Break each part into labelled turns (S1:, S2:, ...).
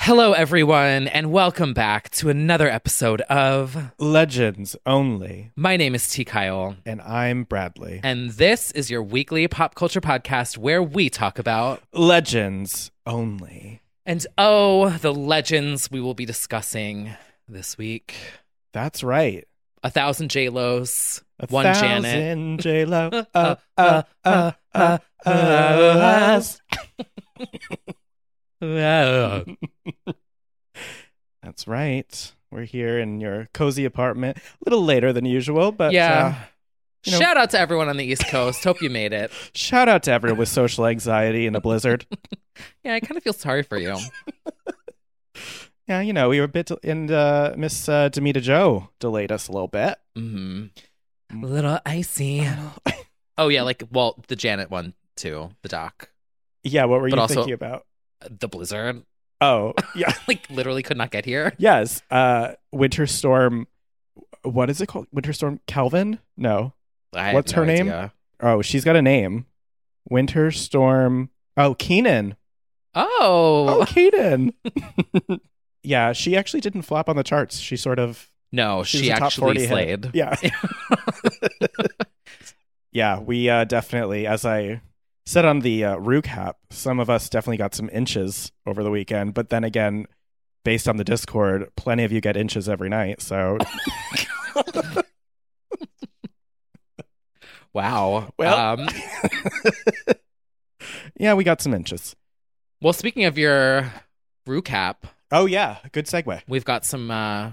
S1: Hello, everyone, and welcome back to another episode of
S2: Legends only.
S1: My Name is T. Kyle,
S2: And I'm Bradley.
S1: and this is your weekly pop culture podcast where we talk about,
S2: Legends only.
S1: and oh, the legends we will be discussing this week.
S2: That's right.
S1: A thousand J-Los,
S2: A
S1: one Janet.
S2: thousand J-Lo. Uh, uh, uh, uh, uh, Uh,
S1: Ugh.
S2: That's right. We're here in your cozy apartment. A little later than usual, but
S1: Yeah.
S2: uh, you know-
S1: Shout out to everyone on the East Coast. Hope you made it.
S2: shout out to everyone with social anxiety in a blizzard.
S1: Yeah, I kind of feel sorry for you.
S2: yeah, you know, we were a bit, and uh, Miss uh, Demita Joe delayed us a little bit. Mm.
S1: hmm A little icy. Oh, yeah, like, well, the Janet one, too, the doc,
S2: yeah, what were
S1: But
S2: you
S1: also-
S2: thinking about?
S1: the blizzard.
S2: Oh, yeah.
S1: like literally could not get here.
S2: Yes. Uh Winter Storm what is it called? Winter Storm Calvin? No.
S1: I have
S2: What's her name?
S1: idea.
S2: Oh, she's got a name. Winter Storm Oh, Keenan.
S1: Oh,
S2: Oh, Keenan. yeah, she actually didn't flop on the charts. She sort of
S1: no,
S2: she,
S1: Oh, she
S2: was a top 40
S1: actually
S2: hit.
S1: slayed.
S2: Yeah. Yeah, we uh definitely as I said on the uh, Rue cap, some of us definitely got some inches over the weekend, but then again, based on the Discord, plenty of you get inches every night, so
S1: wow.
S2: Well.
S1: um,
S2: yeah, we got some inches.
S1: well, speaking of your recap,
S2: Oh yeah, good segue.
S1: we've got some uh,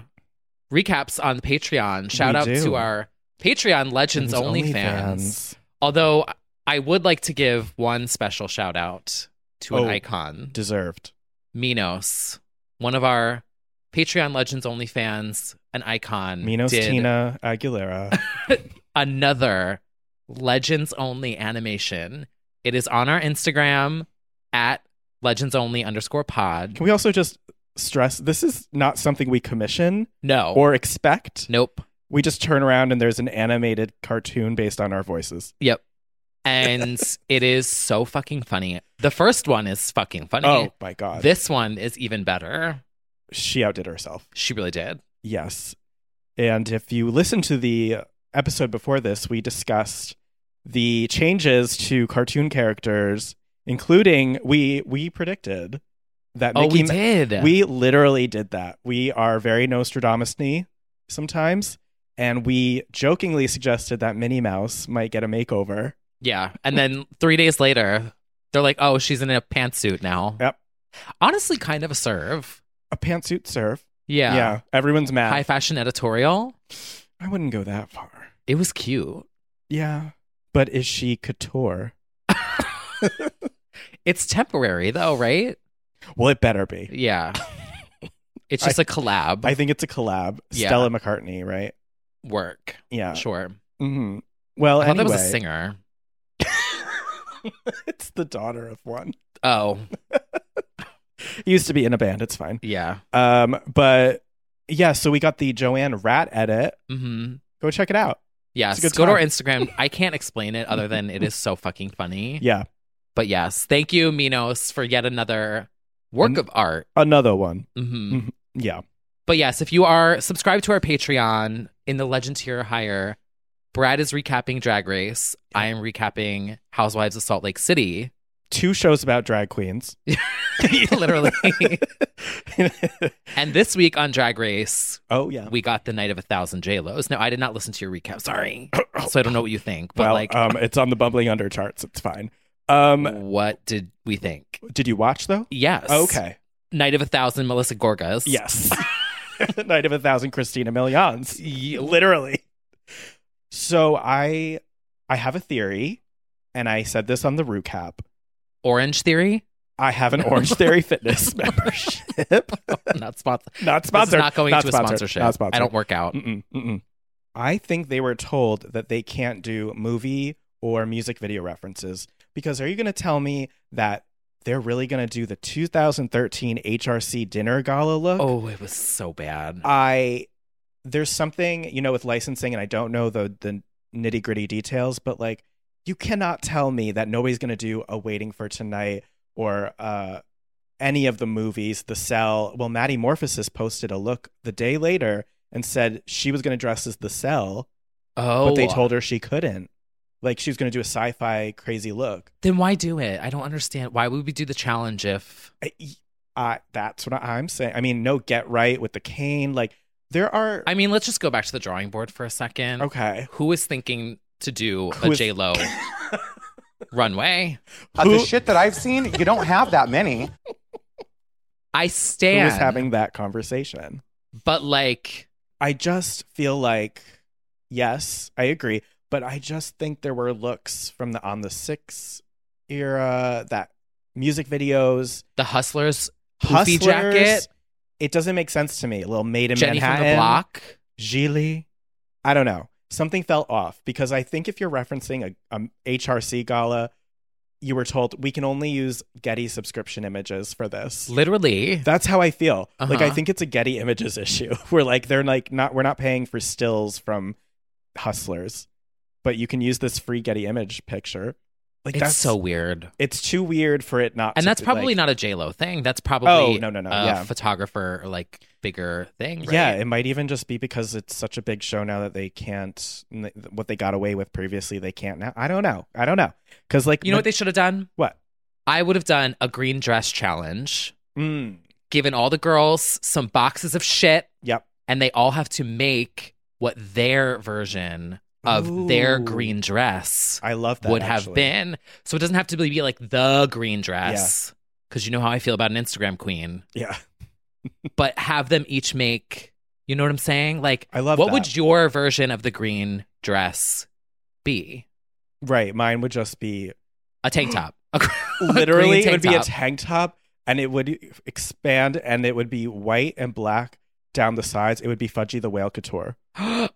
S1: recaps on Patreon. Shout
S2: We
S1: out
S2: do.
S1: to our Patreon Legends
S2: Legends
S1: Only
S2: Only
S1: fans.
S2: fans.
S1: Although I would like to give one special shout out to an
S2: Oh.
S1: icon,
S2: Deserved.
S1: Minos, one of our Patreon Legends Only fans, an icon.
S2: Minos
S1: Mm, did
S2: Tina Aguilera.
S1: another Legends Only animation. It is on our Instagram at Legends Only underscore pod.
S2: Can we also just stress this is not something we commission
S1: Oh. No.
S2: or expect?
S1: nope.
S2: We just turn around and there's an animated cartoon based on our voices.
S1: Yep. And it is so fucking funny. The first one is fucking funny.
S2: Oh my god.
S1: This one is even better.
S2: she outdid herself.
S1: She really did.
S2: Yes. And if you listen to the episode before this, we discussed the changes to cartoon characters, including we we predicted that
S1: oh, we
S2: Mickey Ma-
S1: did.
S2: We literally did that. We are very Nostradamus-y sometimes, and we jokingly suggested that Minnie Mouse might get a makeover.
S1: yeah. And then three days later, they're like, oh, she's in a pantsuit now.
S2: Yep.
S1: Honestly, kind of a serve.
S2: A pantsuit serve.
S1: Yeah.
S2: everyone's mad.
S1: High fashion editorial.
S2: I wouldn't go that far.
S1: It was cute.
S2: Yeah. But is she couture?
S1: It's temporary though, right?
S2: Well, it better be.
S1: Yeah. It's just a collab
S2: I think it's a collab.
S1: Yeah.
S2: Stella McCartney, right?
S1: work.
S2: Yeah.
S1: Sure.
S2: hmm Uh, Well,
S1: I thought
S2: anyway.
S1: that was a singer.
S2: it's the daughter of one.
S1: Oh,
S2: Used to be in a band. It's fine.
S1: yeah.
S2: Um, but yeah, so we got the Joanne Rat edit.
S1: Mm-hmm.
S2: Go check it out.
S1: Yes.
S2: It's a good
S1: Go to our
S2: time.
S1: Instagram. I can't explain it other than it is so fucking funny.
S2: Yeah,
S1: But yes, thank you, Minos, for yet another work
S2: And-
S1: of art.
S2: another one.
S1: hmm
S2: Mhm. Yeah,
S1: But yes, if you are subscribed to our Patreon in the Legend tier higher, Brad is recapping Drag Race. I am recapping Housewives of Salt Lake City.
S2: two shows about drag queens.
S1: Literally. And this week on Drag Race,
S2: oh yeah.
S1: we got the night of a thousand JLos. Now, I did not listen to your recap. Sorry. So I don't know what you think, but
S2: well,
S1: like,
S2: um, it's on the bubbling under charts. It's fine. Um,
S1: what did we think?
S2: did you watch though?
S1: Yes.
S2: Okay.
S1: Night of a thousand, Melissa Gorgas.
S2: Yes. Night of a Thousand Christina Milian's. Literally. So I I have a theory, and I said this on the recap.
S1: Orange Theory.
S2: I have an Orange Theory Fitness membership.
S1: Not sponsored.
S2: not
S1: This is
S2: sponsored.
S1: not going to a
S2: sponsored,
S1: sponsorship.
S2: Not Mm. sponsored.
S1: I don't work out.
S2: Mm-mm, mm-mm. I think they were told that they can't do movie or music video references because are you going to tell me that they're really going to do the 2013 HRC dinner gala look?
S1: Oh, it was so bad.
S2: I there's something you know with licensing, and I don't know the the nitty gritty details, but like you cannot tell me that nobody's gonna do a Waiting for Tonight or uh any of the movies, The Cell. Well, Maddie Morphosis posted a look the day later and said she was gonna dress as The Cell,
S1: oh,
S2: Uh, but they told her she couldn't. Like she was gonna do a sci-fi crazy look.
S1: Then why do it? I don't understand. Why would we do the challenge if?
S2: I, I- that's what I'm saying. I mean, no, get right with the cane. Like there are.
S1: I mean, let's just go back to the drawing board for a second.
S2: okay.
S1: Who is thinking to do
S2: Who
S1: a
S2: is-
S1: J Lo runway?
S3: Uh,
S2: Who-
S3: the shit that I've seen, you don't have that many.
S1: I
S2: Who
S1: stand.
S2: was having that conversation?
S1: but like,
S2: I just feel like, yes, I agree, but I just think there were looks from the On the Six era, that music videos,
S1: the Hustlers poofy
S2: Hustlers.
S1: jacket,
S2: It doesn't make sense to me. Little Maid in
S1: Jenny
S2: Manhattan,
S1: from the Block.
S2: Gigli. I don't know. Something fell off because I think if you're referencing a, a HRC gala, you were told we can only use Getty subscription images for this.
S1: Literally,
S2: That's how I feel. Like I
S1: Uh-huh.
S2: think it's a Getty Images issue. We're like they're like not we're not paying for stills from hustlers, but you can use this free Getty image picture. Like
S1: it's
S2: that's
S1: so weird.
S2: It's too weird for it not.
S1: And
S2: to
S1: that's
S2: be,
S1: probably
S2: like-
S1: not a J Lo thing. That's probably
S2: Oh, no, no, no,
S1: a
S2: yeah.
S1: photographer or like bigger thing. Right?
S2: Yeah, it might even just be because it's such a big show now that they can't what they got away with previously they can't now. I don't know. I don't know because like
S1: You know what they should have done?
S2: what
S1: I would have done a green dress challenge,
S2: Mm,
S1: given all the girls some boxes of shit,
S2: yep
S1: and they all have to make what their version of their
S2: Ooh.
S1: green dress
S2: I love that
S1: would have
S2: actually.
S1: been. So it doesn't have to be like the green dress, because you know how I feel about an Instagram queen,
S2: yeah
S1: but have them each make, you know what I'm saying? Like,
S2: I love
S1: what
S2: that.
S1: would your version of the green dress be?
S2: right mine would just be
S1: A tank top. A gr- a green
S2: literally it
S1: tank
S2: would be a
S1: top.
S2: tank top and it would expand and it would be white and black down the sides it would be fudgy the whale couture
S1: Ooh.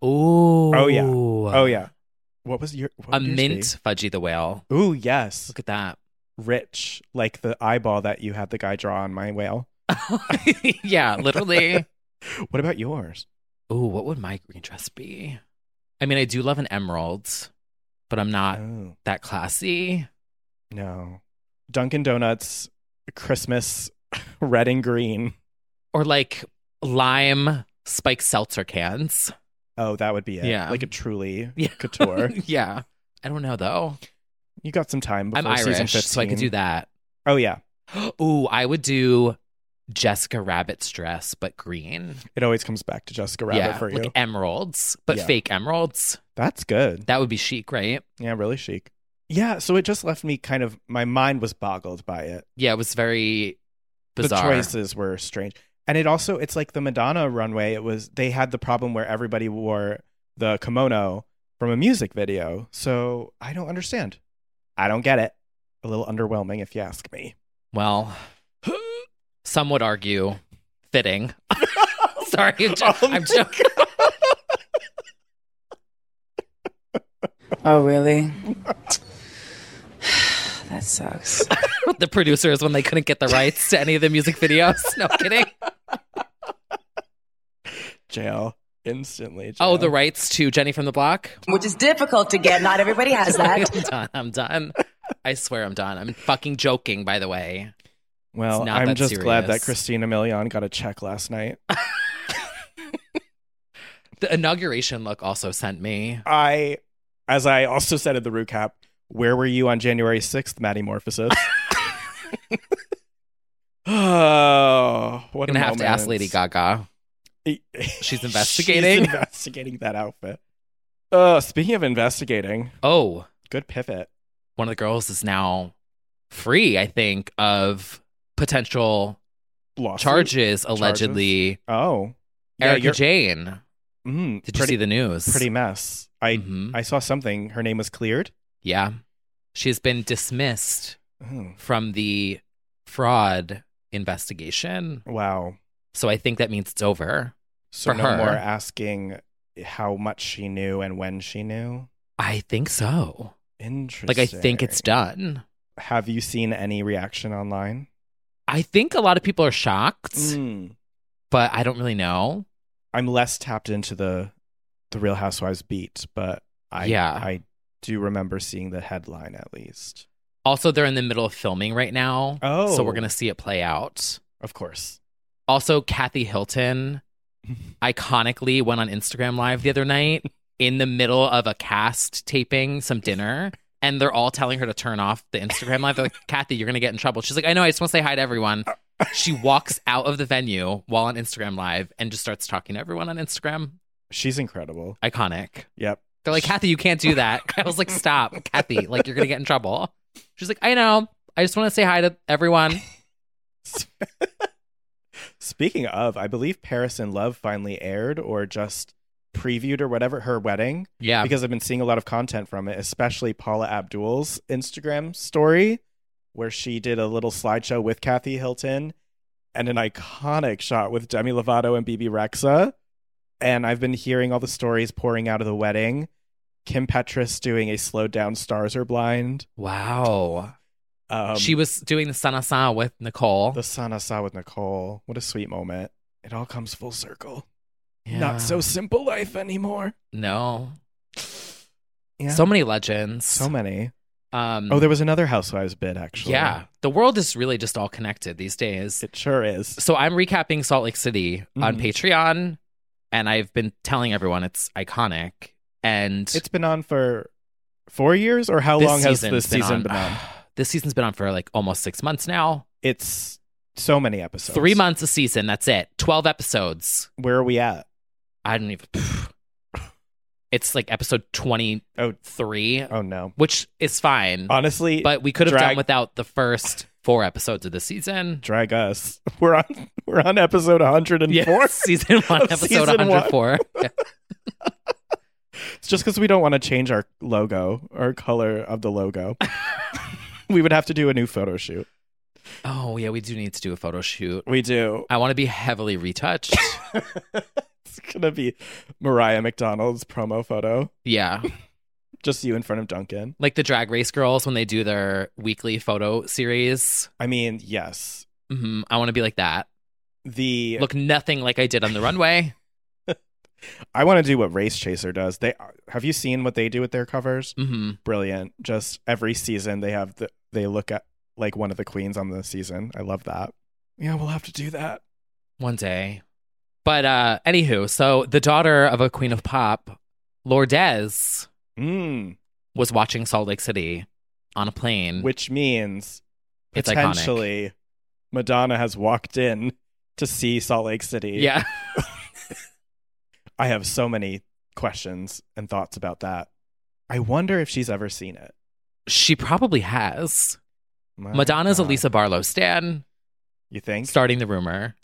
S2: Oh, yeah. oh yeah what was your what
S1: A
S2: would yours
S1: mint fudgy the whale.
S2: be? ooh yes
S1: Look at that.
S2: rich like the eyeball that you had the guy draw on my whale
S1: yeah, literally.
S2: what about yours
S1: Ooh, what would my green dress be? I mean, I do love an emerald, but I'm not
S2: oh
S1: that classy.
S2: no dunkin donuts christmas red and green
S1: Or like lime spike seltzer cans.
S2: oh that would be it
S1: Yeah.
S2: like a truly
S1: Yeah.
S2: couture
S1: yeah. I don't know though.
S2: you got some time before
S1: I'm
S2: season
S1: Irish,
S2: 15
S1: so I could do that.
S2: oh yeah
S1: Ooh, I would do Jessica Rabbit's dress, but green.
S2: it always comes back to jessica rabbit
S1: yeah,
S2: for you
S1: like emeralds, but
S2: Yeah.
S1: fake emeralds.
S2: that's good
S1: That would be chic, right?
S2: Yeah, really chic. Yeah, so it just left me kind of my mind was boggled by it.
S1: Yeah, it was very bizarre.
S2: The choices were strange. And it also it's like the Madonna runway, it was they had the problem where everybody wore the kimono from a music video. So I don't understand. I don't get it. A little underwhelming if you ask me.
S1: Well, some would argue fitting. Sorry, I'm, jo-
S2: Oh my
S1: I'm joking.
S4: Oh, really? that sucks.
S1: the producers when they couldn't get the rights to any of the music videos. No kidding.
S2: Jail. Instantly. Jail.
S1: Oh, the rights to Jenny from the Block.
S4: Which is difficult to get. Not everybody has
S1: I'm
S4: that.
S1: done. I'm done. I swear I'm done. I'm fucking joking, by the way.
S2: Well,
S1: It's not
S2: I'm
S1: that
S2: just glad that
S1: serious.
S2: Christina Milian got a check last night.
S1: The inauguration look also sent me.
S2: I, as I also said at the recap, where were you on January 6th, Maddie Morphosis? oh, what
S1: I'm
S2: a
S1: gonna have to ask
S2: moment. E-
S1: Lady Gaga.
S2: She's
S1: investigating.
S2: investigating that outfit. Uh, speaking of investigating,
S1: Oh,
S2: good pivot.
S1: one of the girls is now free, I think, of potential
S2: Lawsuit?
S1: charges allegedly.
S2: Oh,
S1: Erica
S2: you're-
S1: Jane.
S2: Mm,
S1: Did you
S2: pretty,
S1: see the news?
S2: pretty mess? I
S1: Mhm.
S2: I saw something. Her name was cleared.
S1: Yeah. She's been dismissed
S2: Oh,
S1: from the fraud investigation.
S2: wow.
S1: So I think that means it's over.
S2: So
S1: For
S2: no
S1: her.
S2: more asking how much she knew and when she knew.
S1: I think so.
S2: Interesting.
S1: Like, I think it's done.
S2: Have you seen any reaction online?
S1: I think a lot of people are shocked,
S2: Mm.
S1: Mm. but I don't really know.
S2: I'm less tapped into the the Real Housewives beat, but I
S1: Yeah.
S2: I do remember seeing the headline at least.
S1: Also, they're in the middle of filming right now. So
S2: Oh.
S1: we're going to see it play out.
S2: Of course.
S1: Also, Kathy Hilton iconically went on Instagram Live the other night in the middle of a cast taping some dinner. And they're all telling her to turn off the Instagram Live. They're like, Kathy, you're going to get in trouble. She's like, I know. I just want to say hi to everyone. She walks out of the venue while on Instagram Live and just starts talking to everyone on Instagram.
S2: She's incredible.
S1: Iconic.
S2: Yep.
S1: They're like, Kathy, you can't do that. I was like, stop, Kathy. Like, you're going to get in trouble. She's like, I know. I just want to say hi to everyone.
S2: Speaking of, I believe Paris in Love finally aired or just previewed or whatever her wedding
S1: Yeah.
S2: because I've been seeing a lot of content from it, especially Paula Abdul's Instagram story where she did a little slideshow with Kathy Hilton and an iconic shot with Demi Lovato and BB Rexa. And I've been hearing all the stories pouring out of the wedding. Kim Petras doing a slowed down Stars Are Blind.
S1: wow.
S2: Um,
S1: she was doing the Sanasa with Nicole.
S2: the son I saw with Nicole. What a sweet moment. It all comes full circle.
S1: Yeah.
S2: Not so simple life anymore.
S1: No.
S2: Yeah.
S1: So many legends.
S2: So many.
S1: um,
S2: Oh, there was another Housewives bid, actually.
S1: Yeah. The world is really just all connected these days.
S2: It sure is.
S1: So I'm recapping Salt Lake City on
S2: Mhm.
S1: Patreon, and I've been telling everyone it's iconic. And
S2: It's been on for four years, or how
S1: this
S2: long has
S1: season's
S2: this season been on?
S1: This season's been on for like almost six months now.
S2: It's so many episodes.
S1: Three months a season. That's it. Twelve episodes.
S2: Where are we at?
S1: I don't even. It's like episode twenty-three,
S2: Oh, oh no.
S1: which is fine,
S2: Honestly,
S1: but we could have done
S2: uh, drag-
S1: without the first four episodes of the season.
S2: drag us. We're on. We're on episode 104.
S1: Yeah, season one,
S2: Of
S1: episode
S2: season one.
S1: 104. Yeah.
S2: It's just because we don't want to change our logo, our color of the logo. we would have to do a new photo shoot.
S1: Oh yeah, we do need to do a photo shoot.
S2: We do.
S1: I want to be heavily retouched.
S2: It's gonna be Mariah McDonald's promo photo.
S1: yeah,
S2: Just you in front of Duncan.
S1: like the Drag Race girls when they do their weekly photo series.
S2: I mean, yes.
S1: hmm I want to be like that.
S2: The
S1: Look nothing like I did on the runway.
S2: I want to do what Race Chaser does. They have you seen what they do with their covers?
S1: hmm
S2: Brilliant. Just every season they have the they look at like one of the queens on the season. I love that. Yeah, we'll have to do that.
S1: One day. But uh anywho, so the daughter of a queen of pop, Lourdes,
S2: Mm.
S1: was watching Salt Lake City on a plane.
S2: Which means
S1: Mm. It's iconic.
S2: potentially Madonna has walked in to see Salt Lake City.
S1: yeah.
S2: I have so many questions and thoughts about that. I wonder if she's ever seen it.
S1: She probably has.
S2: Oh My
S1: Madonna's
S2: God.
S1: Elisa Barlow stan,
S2: You think?
S1: starting the rumor.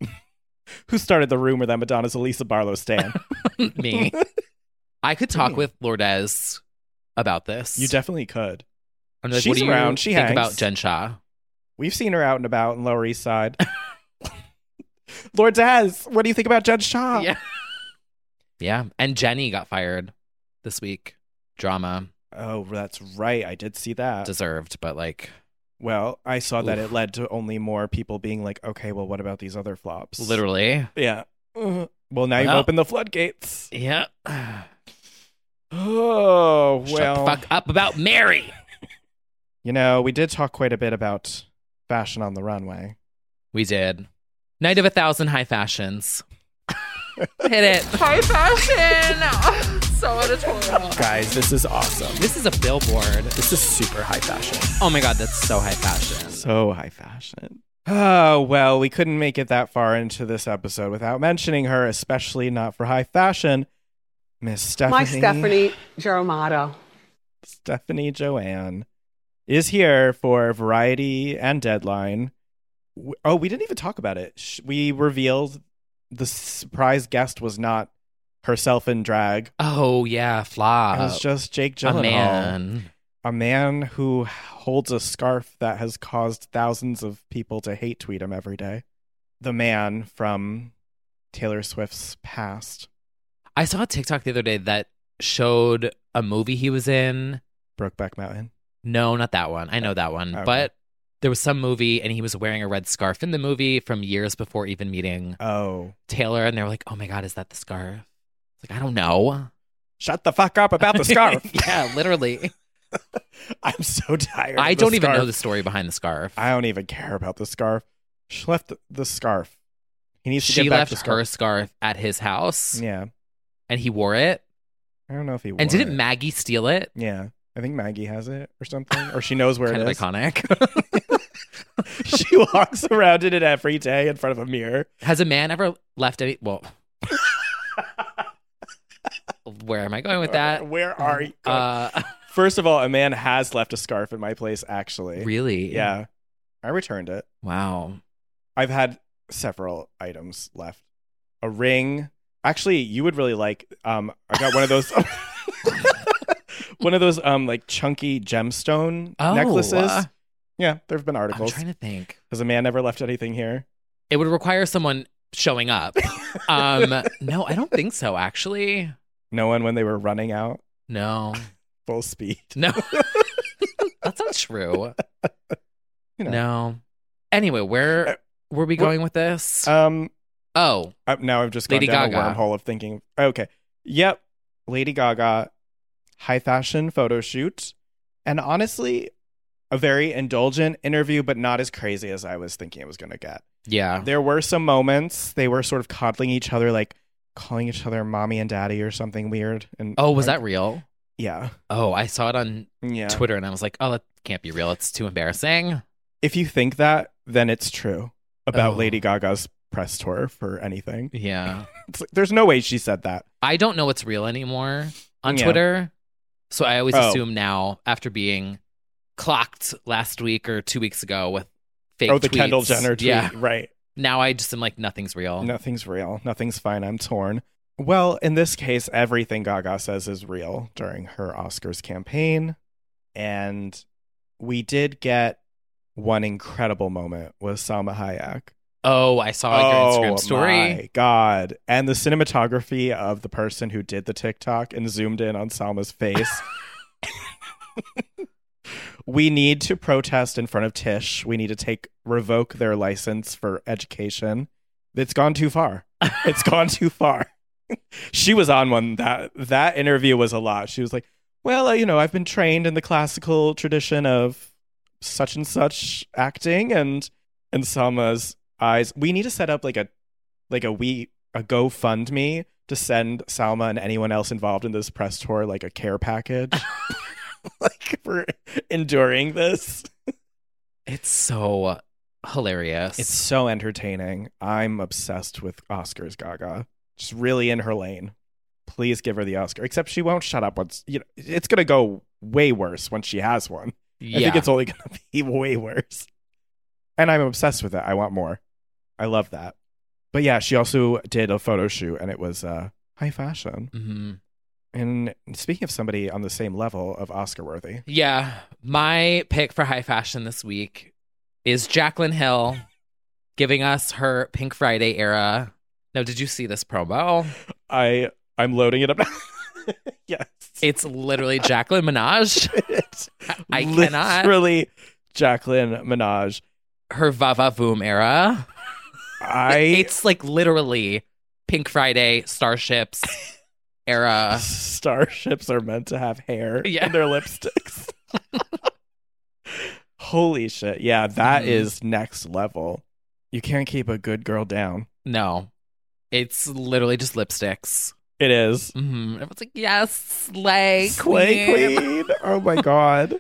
S2: Who started the rumor that Madonna's Elisa Barlow stan?
S1: Me. I could talk with Lourdes about this.
S2: you definitely could.
S1: I'm
S2: She's
S1: do you
S2: around. She
S1: think
S2: hangs.
S1: about Jen Shah?
S2: We've seen her out and about in Lower East Side. Lord Daz, what do you think about Judge Shaw?
S1: Yeah. yeah. And Jenny got fired this week. Drama.
S2: Oh, that's right. I did see that.
S1: Deserved, but like
S2: Well, I saw that it led to only more people being like, okay, well, what about these other flops?
S1: Literally.
S2: Yeah. Uh, Well, now you've
S1: Well.
S2: opened the floodgates.
S1: Yeah.
S2: Oh, well.
S1: Shut the fuck up about Mary.
S2: You know, we did talk quite a bit about fashion on the runway.
S1: We did. Night of a thousand high fashions. Hit it.
S5: High fashion. so editorial.
S6: Guys, this is awesome.
S1: This is a billboard.
S6: This is super high fashion.
S1: Oh my god, that's so high fashion.
S2: So high fashion. Oh, well, we couldn't make it that far into this episode without mentioning her, especially not for high fashion. Miss Stephanie.
S7: My Stephanie Geromato.
S2: Stephanie Joanne is here for Variety and Deadline. W- Oh, we didn't even talk about it. Sh- We revealed the surprise guest was not herself in drag.
S1: Oh yeah, flop.
S2: It was just Jake
S1: Uh, A
S2: Gyllenhaal,
S1: man.
S2: a man who holds a scarf that has caused thousands of people to hate tweet him every day. The man from Taylor Swift's past,
S1: I saw a TikTok the other day that showed a movie he was in.
S2: Brokeback Mountain.
S1: No, not that one. I know that one.
S2: Oh, Okay.
S1: But there was some movie and he was wearing a red scarf in the movie from years before even meeting
S2: Oh,
S1: Taylor. And they were like, oh my God, is that the scarf? It's like, I don't know.
S2: shut the fuck up about the scarf.
S1: yeah, literally.
S2: I'm so tired.
S1: I
S2: of the
S1: don't even
S2: scarf.
S1: know the story behind the scarf.
S2: I don't even care about the scarf. She left the, the scarf. He needs to
S1: She
S2: get back
S1: left
S2: the
S1: her
S2: scarf.
S1: scarf at his house
S2: Yeah,
S1: and he wore it.
S2: I don't know if he. Wore
S1: and didn't
S2: it.
S1: Maggie steal it?
S2: Yeah, I think Maggie has it or something, or she knows where
S1: kind
S2: it
S1: of
S2: is.
S1: iconic.
S2: she walks around in it every day in front of a mirror.
S1: Has a man ever left any? Well, where am I going with that? Um,
S2: Where are you?
S1: Uh,
S2: First of all, a man has left a scarf in my place. Actually,
S1: really?
S2: Eh, Yeah, I returned it.
S1: Wow.
S2: I've had several items left. A ring. Actually, you would really like um I got one of those one of those um like chunky gemstone
S1: Oh,
S2: necklaces.
S1: uh,
S2: yeah, there've been
S1: I'm
S2: articles.
S1: trying to think.
S2: Has a man ever left anything here?
S1: It would require someone showing up. Um, no, I don't think so. Actually,
S2: No one when they were running out
S1: no,
S2: full speed.
S1: no. That's not true.
S2: You know. Uh,
S1: No. Anyway, where were we
S2: we're-
S1: going with this?
S2: Um
S1: oh,
S2: I, now I've just gone
S1: Lady
S2: down
S1: Gaga.
S2: a wormhole of thinking. Okay. Yep. Lady Gaga, high fashion photo shoot, and honestly, a very indulgent interview, but not as crazy as I was thinking it was going to get.
S1: yeah.
S2: There were some moments they were sort of coddling each other, like calling each other mommy and daddy or something weird. And
S1: Oh, was that real?
S2: yeah,
S1: Oh, I saw it on
S2: yeah.
S1: Twitter and I was like, oh, that can't be real. It's too embarrassing.
S2: if you think that, then it's true about
S1: Oh.
S2: Lady Gaga's press tour for anything.
S1: Yeah.
S2: It's like, there's no way she said that.
S1: I don't know what's real anymore on
S2: Yeah.
S1: Twitter. So I always
S2: Oh.
S1: assume now, after being clocked last week or two weeks ago with fake
S2: oh, the
S1: tweets,
S2: Kendall Jenner tweet,
S1: Yeah.
S2: right?
S1: Now I just am like, nothing's real.
S2: Nothing's real. Nothing's fine. I'm torn. Well, in this case, everything Gaga says is real during her Oscars campaign. And we did get one incredible moment with Salma Hayek.
S1: Oh, I saw like, your
S2: Oh,
S1: Instagram story.
S2: my God. And the cinematography of the person who did the TikTok and zoomed in on Salma's face. we need to protest in front of Tish. We need to take revoke their license for education. It's gone too far. It's gone too far. she was on one that that interview was a lot. She was like, "Well, uh, you know, I've been trained in the classical tradition of such and such acting and and Salma's eyes. We need to set up like a like a we a GoFundMe to send Salma and anyone else involved in this press tour like a care package. like for enduring this.
S1: It's so hilarious.
S2: It's so entertaining. I'm obsessed with Oscars Gaga. Just really in her lane. Please give her the Oscar. Except she won't shut up once you know it's gonna go way worse once she has one.
S1: yeah.
S2: I think it's only gonna be way worse. And I'm obsessed with it. I want more. I love that. But yeah, she also did a photo shoot and it was uh high fashion.
S1: Mhm.
S2: And speaking of somebody on the same level of Oscar worthy,
S1: Yeah. My pick for high fashion this week is Jaclyn Hill giving us her Pink Friday era. Now, did you see this promo?
S2: I I'm loading it up. yes.
S1: It's literally Jacqueline Minaj. I cannot.
S2: Literally Jacqueline Minaj.
S1: Her va va voom era.
S2: I
S1: it's like literally Pink Friday, Starships era.
S2: Starships are meant to have hair
S1: Yeah.
S2: in their lipsticks. Holy shit. Yeah, that
S1: Mhm.
S2: is next level. You can't keep a good girl down.
S1: No, it's literally just lipsticks.
S2: It is.
S1: Mm-hmm. Everyone's like, yes, slay,
S2: Slay
S1: queen.
S2: Queen. Oh my god.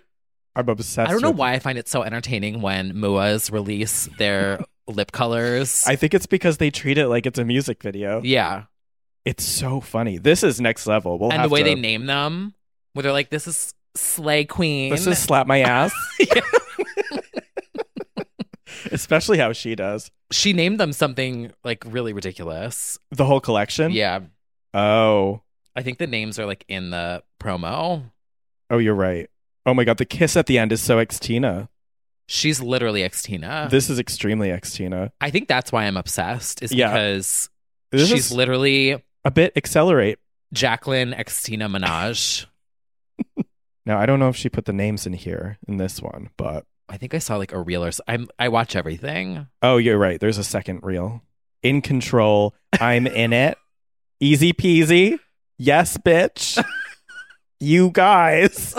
S2: I'm obsessed.
S1: I don't know
S2: with-
S1: why I find it so entertaining when MUAs release their lip colors.
S2: I think it's because they treat it like it's a music video.
S1: yeah.
S2: It's so funny. This is next level. We'll
S1: and the
S2: have
S1: way
S2: to-
S1: they name them, where they're like, this is slay queen.
S2: This is slap my ass. Especially how she does.
S1: she named them something like really ridiculous.
S2: The whole collection?
S1: Yeah.
S2: Oh.
S1: I think the names are like in the promo.
S2: Oh, you're right. Oh my god, the kiss at the end is so Xtina.
S1: She's literally Xtina.
S2: this is extremely Xtina.
S1: I think that's why I'm obsessed, is
S2: Yeah.
S1: because
S2: This
S1: she's
S2: is
S1: literally
S2: a bit accelerate.
S1: Jacqueline Xtina Minaj.
S2: Now I don't know if she put the names in here in this one, but
S1: I think I saw like a reel or s- I'm I watch everything.
S2: oh, you're right. There's a second reel. In control. I'm in it. Easy peasy. Yes, bitch. you guys.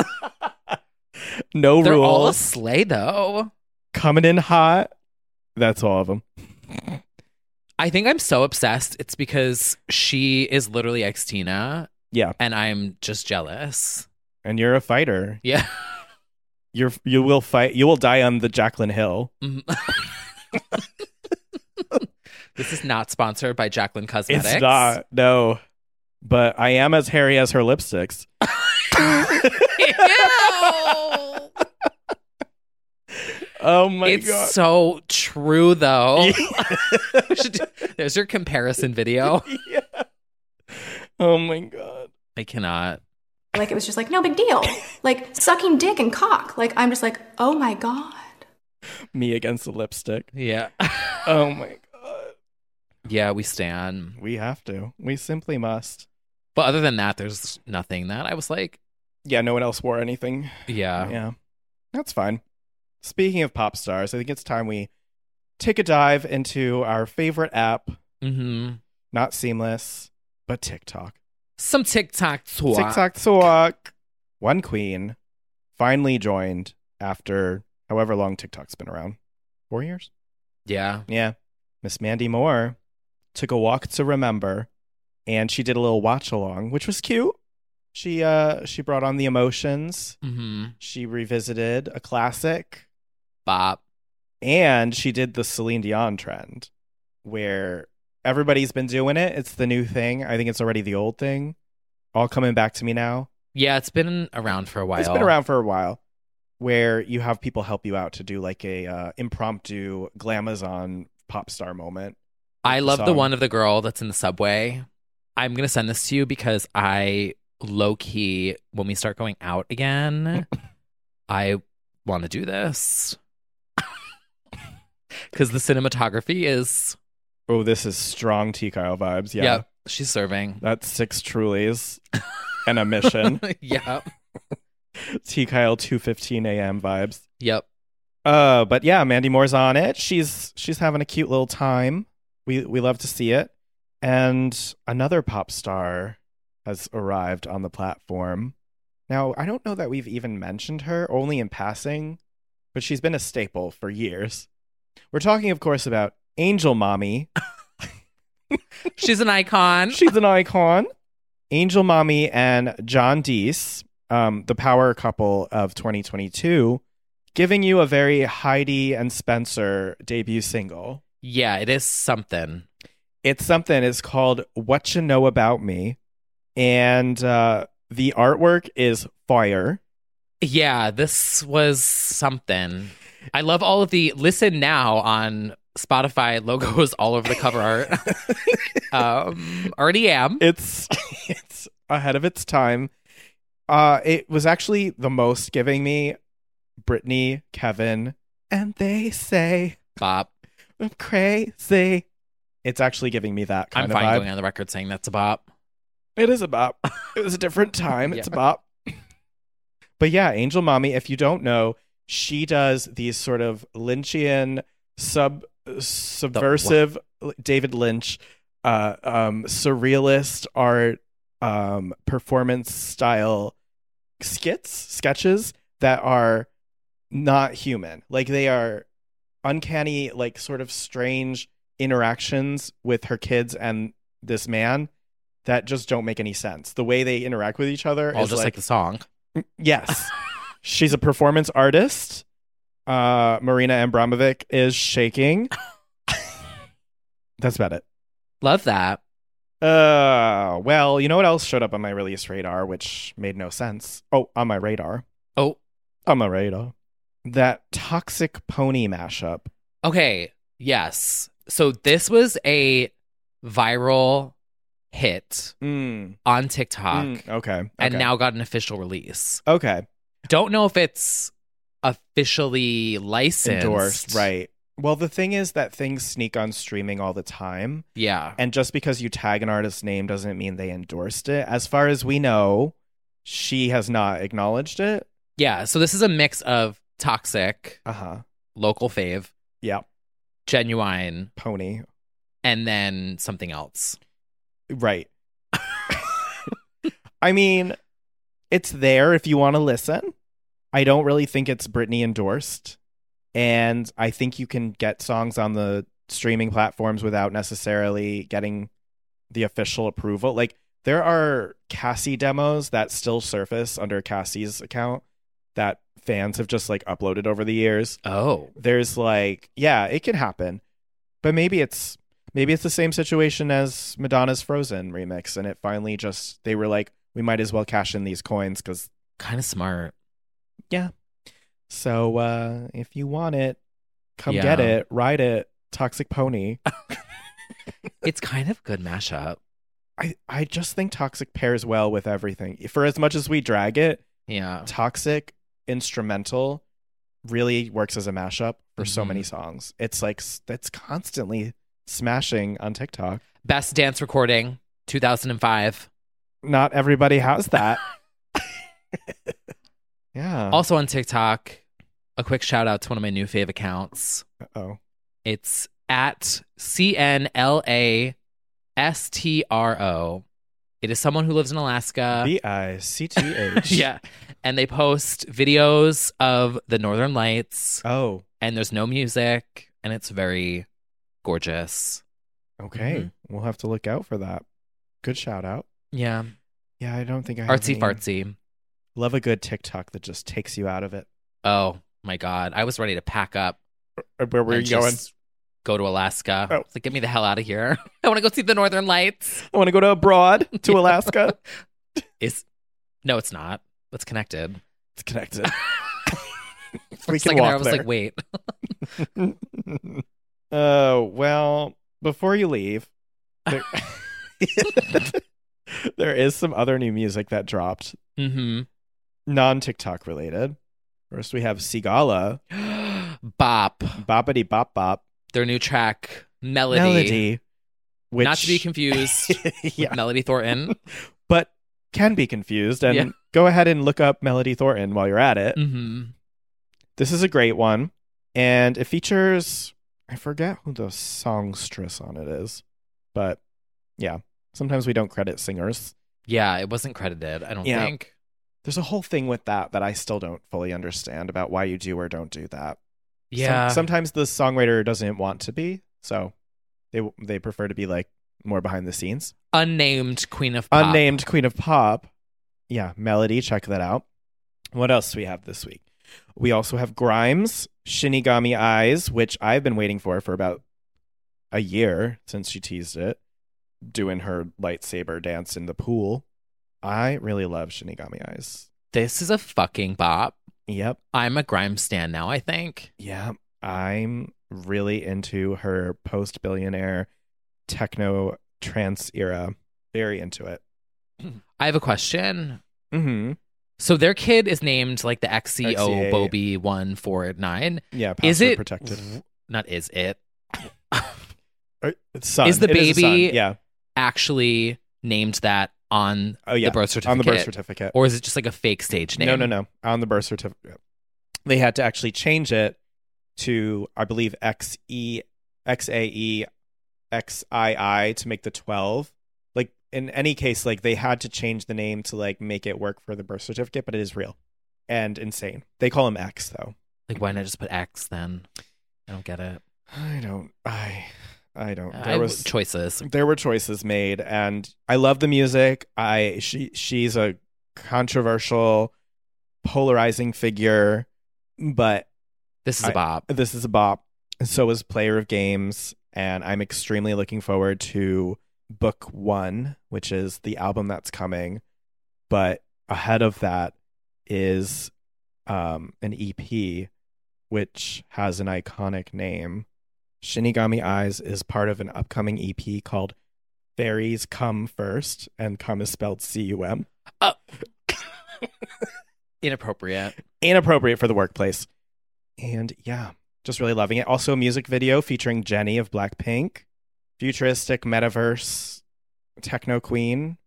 S2: no
S1: They're
S2: rules.
S1: all a slay though.
S2: Coming in hot. That's all of them.
S1: I think I'm so obsessed. It's because she is literally Xtina
S2: Yeah,
S1: and I'm just jealous.
S2: and you're a fighter.
S1: Yeah.
S2: You're you will fight. You will die on the Jacqueline Hill.
S1: Mhm. this is not sponsored by Jacqueline Cosmetics.
S2: It's not. No. But I am as hairy as her lipsticks.
S5: Ew.
S2: Oh my
S1: it's
S2: god.
S1: so true though. We should do- There's your comparison video.
S2: Oh my god.
S1: I cannot.
S8: Like it was just like no big deal. Like sucking dick and cock. Like I'm just like, "Oh my god."
S2: Me against the lipstick.
S1: Yeah.
S2: Oh my god.
S1: Yeah, we stand.
S2: We have to. We simply must.
S1: But other than that, there's nothing that I was like,
S2: Yeah, no one else wore anything.
S1: yeah.
S2: Yeah. That's fine. Speaking of pop stars, I think it's time we take a dive into our favorite app,
S1: Mm-hmm.
S2: not Seamless, but TikTok.
S1: Some TikTok talk.
S2: TikTok talk. One queen finally joined after however long TikTok's been around. Four years?
S1: Yeah.
S2: Yeah. Miss Mandy Moore took a walk to remember and she did a little watch along, which was cute. She uh she brought on the emotions.
S1: Mm-hmm.
S2: She revisited a classic
S1: Bop.
S2: and she did the Celine Dion trend where everybody's been doing it. It's the new thing. I think it's already the old thing. All coming back to me now.
S1: Yeah, it's been around for a while.
S2: It's been around for a while where you have people help you out to do like a uh, impromptu glamazon pop star moment.
S1: I
S2: the
S1: love the
S2: song.
S1: one of the girl that's in the subway. I'm gonna send this to you because I low key when we start going out again, I want to do this because the cinematography is
S2: Oh, this is strong T Kyle vibes. Yeah.
S1: yeah, she's serving.
S2: That's six trulies and a mission.
S1: yep,
S2: T Kyle 2:15 a.m. vibes.
S1: yep.
S2: Uh, but yeah, Mandy Moore's on it. She's she's having a cute little time. We we love to see it. And another pop star has arrived on the platform. Now, I don't know that we've even mentioned her, only in passing, but she's been a staple for years. We're talking, of course, about Angel Mommy.
S1: She's an icon.
S2: She's an icon. Angel Mommy and John Deese, um, the power couple of 2022, giving you a very Heidi and Spencer debut single.
S1: yeah, it is something.
S2: It's something, it's called What You Know About Me. And uh, the artwork is fire.
S1: Yeah, this was something. I love all of the listen now on Spotify logos all over the cover art. um, already am.
S2: It's it's ahead of its time. Uh, it was actually the most giving me Brittany, Kevin, and they say
S1: Bop.
S2: I'm crazy. It's actually giving me that kind
S1: I'm
S2: of
S1: fine
S2: vibe.
S1: going on the record saying that's a bop.
S2: It is a bop. It was a different time. It's a bop. But yeah, Angel Mommy, if you don't know, she does these sort of Lynchian sub subversive David Lynch uh, um, surrealist art um, performance style skits sketches that are not human. Like they are uncanny, like sort of strange interactions with her kids and this man that just don't make any sense. The way they interact with each other
S1: All
S2: is
S1: just like, the song.
S2: Yes. She's a performance artist. Uh, Marina Abramovic is shaking. That's about it.
S1: Love that.
S2: Uh, well, you know what else showed up on my release radar, which made no sense? Oh, on my radar.
S1: Oh,
S2: on my radar. That toxic pony mashup.
S1: Okay. Yes. So this was a viral hit on TikTok.
S2: Mm, okay.
S1: And
S2: okay.
S1: now got an official release.
S2: Okay.
S1: Don't know if it's officially licensed.
S2: endorsed, right? Well, the thing is that things sneak on streaming all the time.
S1: Yeah.
S2: And just because you tag an artist's name doesn't mean they endorsed it. As far as we know, she has not acknowledged it.
S1: Yeah. So this is a mix of toxic,
S2: uh-huh.
S1: local fave,
S2: yeah,
S1: genuine
S2: pony,
S1: and then something else.
S2: Right. I mean, it's there if you want to listen. I don't really think it's Britney endorsed. And I think you can get songs on the streaming platforms without necessarily getting the official approval. Like, there are Cassie demos that still surface under Cassie's account that fans have just like uploaded over the years.
S1: Oh.
S2: There's like, yeah, it can happen. But maybe it's maybe it's the same situation as Madonna's Frozen remix and it finally just they were like we might as well cash in these coins cuz
S1: kind of smart.
S2: Yeah. So uh if you want it, come
S1: Yeah.
S2: get it, ride it, Toxic Pony.
S1: It's kind of good mashup.
S2: I I just think Toxic pairs well with everything. For as much as we drag it,
S1: Yeah.
S2: Toxic instrumental really works as a mashup for so many songs. It's like s- that's constantly smashing on TikTok.
S1: Best dance recording 2005.
S2: Not everybody has that. yeah.
S1: Also on TikTok, a quick shout out to one of my new fave accounts.
S2: oh.
S1: It's at C N L A S T R O. It is someone who lives in Alaska.
S2: B I C T H.
S1: Uh, yeah. And they post videos of the Northern Lights.
S2: Oh.
S1: And there's no music, and it's very gorgeous.
S2: Okay.
S1: Mhm.
S2: We'll have to look out for that. Good shout out.
S1: Yeah.
S2: Yeah, I don't think I have
S1: Artsy
S2: any-
S1: fartsy.
S2: Love a good TikTok that just takes you out of it.
S1: Oh my God. I was ready to pack up.
S2: Uh, Where were
S1: and
S2: you going?
S1: just Go to Alaska.
S2: Oh.
S1: It's Like, get me the hell out of here. I want to go see the Northern Lights.
S2: I want to go to abroad to Alaska.
S1: Is no, it's not. It's connected.
S2: It's connected.
S1: For
S2: We
S1: a
S2: can
S1: second there,
S2: walk
S1: I was
S2: there.
S1: like, wait.
S2: Oh, well, before you leave, there- there is some other new music that dropped,
S1: hmm
S2: non TikTok related. First, we have Sigala.
S1: Bop.
S2: Boppity bop bop.
S1: Their new track, Melody.
S2: which
S1: Not to be confused
S2: Yeah.
S1: with Melody Thornton.
S2: but can be confused. And
S1: Yeah.
S2: go ahead and look up Melody Thornton while you're at it.
S1: hmm
S2: This is a great one. And it features, I forget who the songstress on it is, but yeah, sometimes we don't credit singers.
S1: Yeah, it wasn't credited, I don't
S2: Yeah.
S1: think.
S2: There's a whole thing with that that I still don't fully understand about why you do or don't do that. Some-
S1: Yeah.
S2: sometimes the songwriter doesn't want to be, so they they prefer to be like more behind the scenes.
S1: Unnamed Queen of Pop.
S2: Unnamed Queen of Pop. Yeah, Melody, check that out. What else do we have this week? We also have Grimes, Shinigami Eyes, which I've been waiting for for about a year since she teased it, doing her lightsaber dance in the pool. I really love Shinigami Eyes.
S1: This is a fucking bop.
S2: Yep.
S1: I'm a Grimes stan now, I think.
S2: Yeah, I'm really into her post billionaire techno trance era. Very into it.
S1: I have a question.
S2: Mm-hmm.
S1: So their kid is named like the XCO
S2: XCA.
S1: Bobby one four nine.
S2: Yeah, password
S1: Is it
S2: protected.
S1: Not is it?
S2: Or- it's son.
S1: Is the
S2: It a son.
S1: baby
S2: yeah.
S1: actually named that on
S2: Oh, yeah.
S1: the birth
S2: On
S1: certificate?
S2: the birth certificate.
S1: Or is it just like a fake stage name?
S2: No, no, no. On the birth certificate. they had to actually change it to I believe X E X A E X I I to make the twelve. Like in any case, like they had to change the name to like make it work for the birth certificate, but it is real and insane. They call him X though.
S1: Like why not just put X then? I don't get it.
S2: I don't. I I don't.
S1: I- choices.
S2: There were choices made, and I love the music. I she she's a controversial, polarizing figure, but
S1: this is a
S2: a
S1: bop.
S2: This is a bop. And So is Player of Games, and I'm extremely looking forward to book one, which is the album that's coming. But ahead of that is um, an EP, which has an iconic name. Shinigami Eyes is part of an upcoming EP called Fairies Come First, and come is spelled C U M.
S1: Inappropriate.
S2: Inappropriate for the workplace. And yeah, just really loving it. Also, a music video featuring Jenny of Blackpink, futuristic metaverse, techno queen.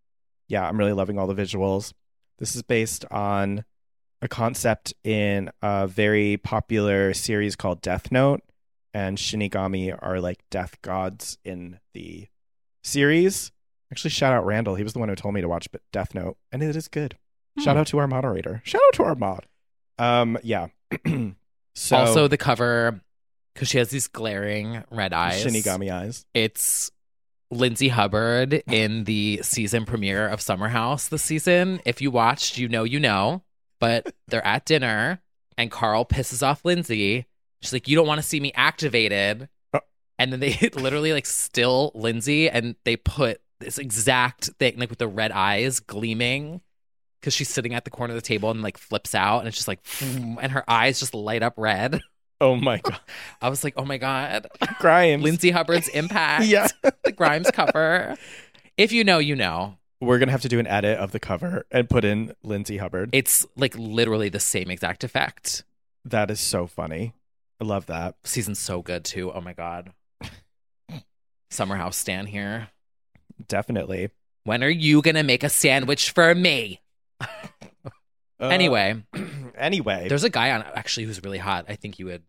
S2: Yeah, I'm really loving all the visuals. This is based on a concept in a very popular series called Death Note, and Shinigami are like death gods in the series. Actually, shout out Randall. He was the one who told me to watch Death Note, and it is good. Shout
S1: Hmm.
S2: out to our moderator. Shout out to our mod. Um, yeah. so
S1: also the cover because she has these glaring red eyes.
S2: Shinigami eyes.
S1: It's Lindsay Hubbard in the season premiere of Summer House this season. If you watched, you know you know. But they're at dinner and Carl pisses off Lindsay. She's like, You don't want to see me activated. And then they literally like still Lindsay and they put this exact thing, like with the red eyes gleaming. Cause she's sitting at the corner of the table and like flips out and it's just like and her eyes just light up red.
S2: Oh my god.
S1: I was like, oh my god.
S2: Grimes.
S1: Lindsay Hubbard's impact.
S2: Yeah.
S1: the Grimes cover. If you know, you know.
S2: We're gonna have to do an edit of the cover and put in Lindsay Hubbard.
S1: It's like literally the same exact effect.
S2: That is so funny. I love that.
S1: Season's so good too. Oh my god. Summer House stand here.
S2: Definitely.
S1: When are you gonna make a sandwich for me?
S2: Uh,
S1: anyway.
S2: Anyway.
S1: There's a guy on actually who's really hot. I think you would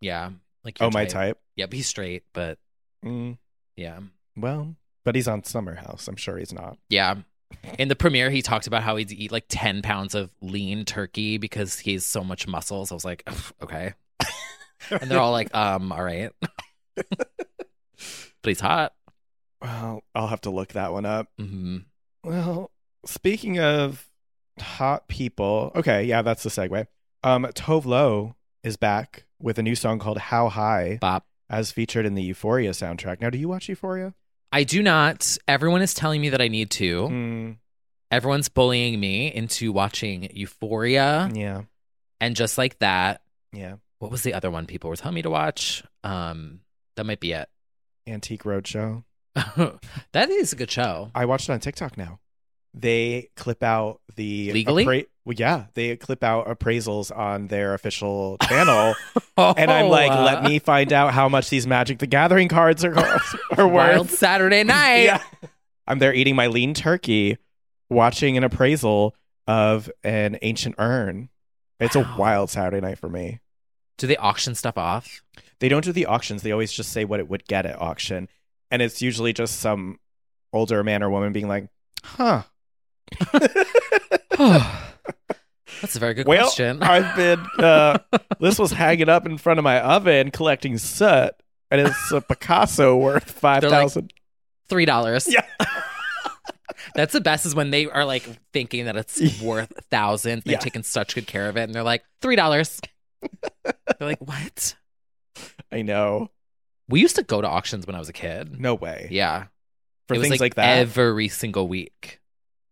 S1: yeah. Like your
S2: Oh, my type?
S1: Yeah, but he's straight, but
S2: Mm,
S1: yeah.
S2: well, but he's on Summer House. I'm sure he's not.
S1: Yeah. In the premiere, he talked about how he'd eat like 10 pounds of lean turkey because he has so much muscles. I was like, "Ugh, okay. and they're all like, um, all right. but he's hot.
S2: Well, I'll have to look that one up.
S1: hmm
S2: Well, speaking of hot people, okay, yeah, that's the segue. Um, Tove Lo is back with a new song called "How High,"
S1: Bop.
S2: as featured in the Euphoria soundtrack. Now, do you watch Euphoria?
S1: I do not. Everyone is telling me that I need to.
S2: Mm,
S1: Everyone's bullying me into watching Euphoria.
S2: yeah,
S1: And just like that,
S2: yeah.
S1: what was the other one people were telling me to watch? Um, that might be it.
S2: Antique Roadshow.
S1: that is a good show.
S2: I watched it on TikTok now. They clip out the
S1: Legally?
S2: appra- well, yeah, they clip out appraisals on their official channel, and I'm like,
S1: Oh, uh,
S2: let me find out how much these Magic the Gathering cards are are worth.
S1: Wild Saturday night.
S2: Yeah. I'm there eating my lean turkey, watching an appraisal of an ancient urn. It's a wild Saturday night for me.
S1: Do they auction stuff off?
S2: They don't do the auctions, they always just say what it would get at auction. And it's usually just some older man or woman being like, huh,
S1: That's a very good
S2: well,
S1: question.
S2: I've been, uh, this was hanging up in front of my oven collecting soot, and it's a Picasso worth 5000
S1: Three dollars.
S2: Yeah.
S1: That's the best is when they are like thinking that it's worth thousands. They've
S2: Yeah.
S1: taken such good care of it, and they're like three dollars. they're like, what?
S2: I know.
S1: We used to go to auctions when I was a kid.
S2: No way.
S1: Yeah,
S2: For
S1: It was
S2: things like that.
S1: every single week.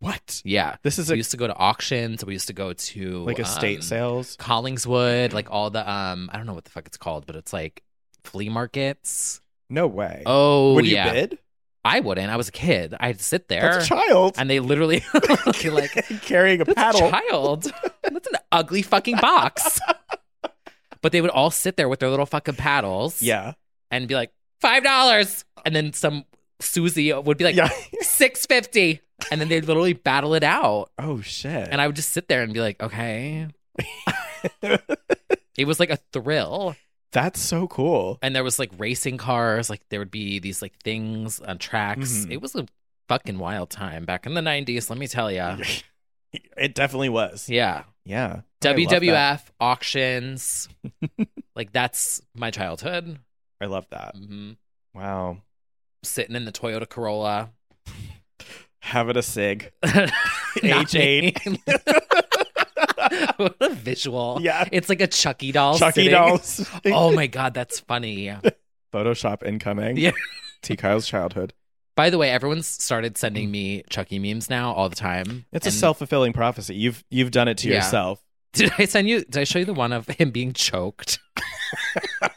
S2: what?
S1: Yeah,
S2: This is
S1: we
S2: a,
S1: used to go to auctions. We used to go to
S2: like estate
S1: um,
S2: sales.
S1: Collingswood, like all the um, I don't know what the fuck it's called, but it's like flea markets.
S2: No way.
S1: Oh
S2: Would you
S1: yeah,
S2: bid?
S1: I wouldn't. I was a kid. I had to sit there.
S2: That's a child
S1: and they literally look, you're like
S2: carrying a
S1: that's
S2: paddle.
S1: a child. That's an ugly fucking box. but they would all sit there with their little fucking paddles,
S2: Yeah.
S1: and be like five dollars, and then some Susie would be like
S2: Yeah.
S1: six fifty, and then they'd literally battle it out,
S2: Oh shit.
S1: and I would just sit there and be like, okay. It was like a thrill.
S2: That's so cool.
S1: And there was like racing cars, like there would be these like things on tracks.
S2: Mhm.
S1: It was a fucking wild time back in the 90s, let me tell ya.
S2: It definitely was.
S1: Yeah.
S2: Yeah. I love that.
S1: WWF auctions. like that's my childhood.
S2: I love that.
S1: hmm
S2: Wow.
S1: Sitting in the Toyota Corolla.
S2: Having a cig.
S1: Not
S2: H
S1: me.
S2: eight.
S1: what a visual.
S2: Yeah.
S1: It's like a Chucky doll.
S2: Chucky
S1: sitting-
S2: E. dolls.
S1: oh my God, that's funny.
S2: Photoshop incoming.
S1: Yeah.
S2: T. Kyle's childhood.
S1: By the way, everyone's started sending me Chucky memes now all the time.
S2: It's a
S1: And-
S2: self fulfilling prophecy. You've you've done it to
S1: Yeah.
S2: yourself.
S1: Did I send you? Did I show you the one of him being choked?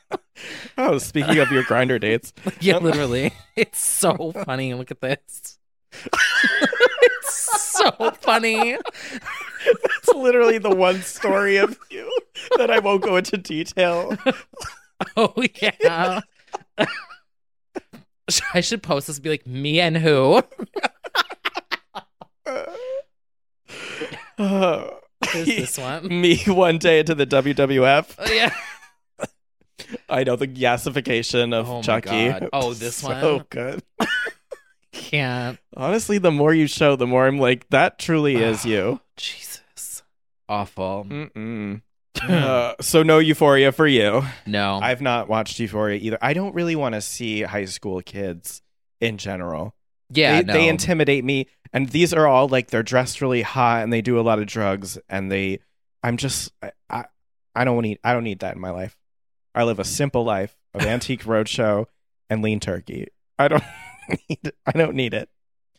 S2: Oh, speaking of your grinder dates.
S1: yeah, literally. It's so funny. Look at this. it's so funny.
S2: It's literally the one story of you that I won't go into detail.
S1: Oh yeah.
S2: Uh-huh.
S1: I should post this and be like me and who?
S2: Oh.
S1: There's this one.
S2: Me one day into the WWF.
S1: Oh, yeah.
S2: I know the gasification of
S1: Oh my
S2: Chucky.
S1: God. Oh, this
S2: so
S1: one?
S2: good.
S1: Can't.
S2: Honestly, the more you show, the more I'm like, that truly is you.
S1: Jesus. Awful.
S2: Mm. Mm-mm. Uh, so no Euphoria for you.
S1: Hmm. No.
S2: I've not watched Euphoria either. I don't really want to see high school kids in general.
S1: yeah.
S2: they, they
S1: no.
S2: intimidate me, and these are all like they're dressed really hot and they do a lot of drugs, and they, I'm just, I, I, I don't need, I don't need that in my life. I live a simple life of antique roadshow and lean turkey. I don't need, I don't need it.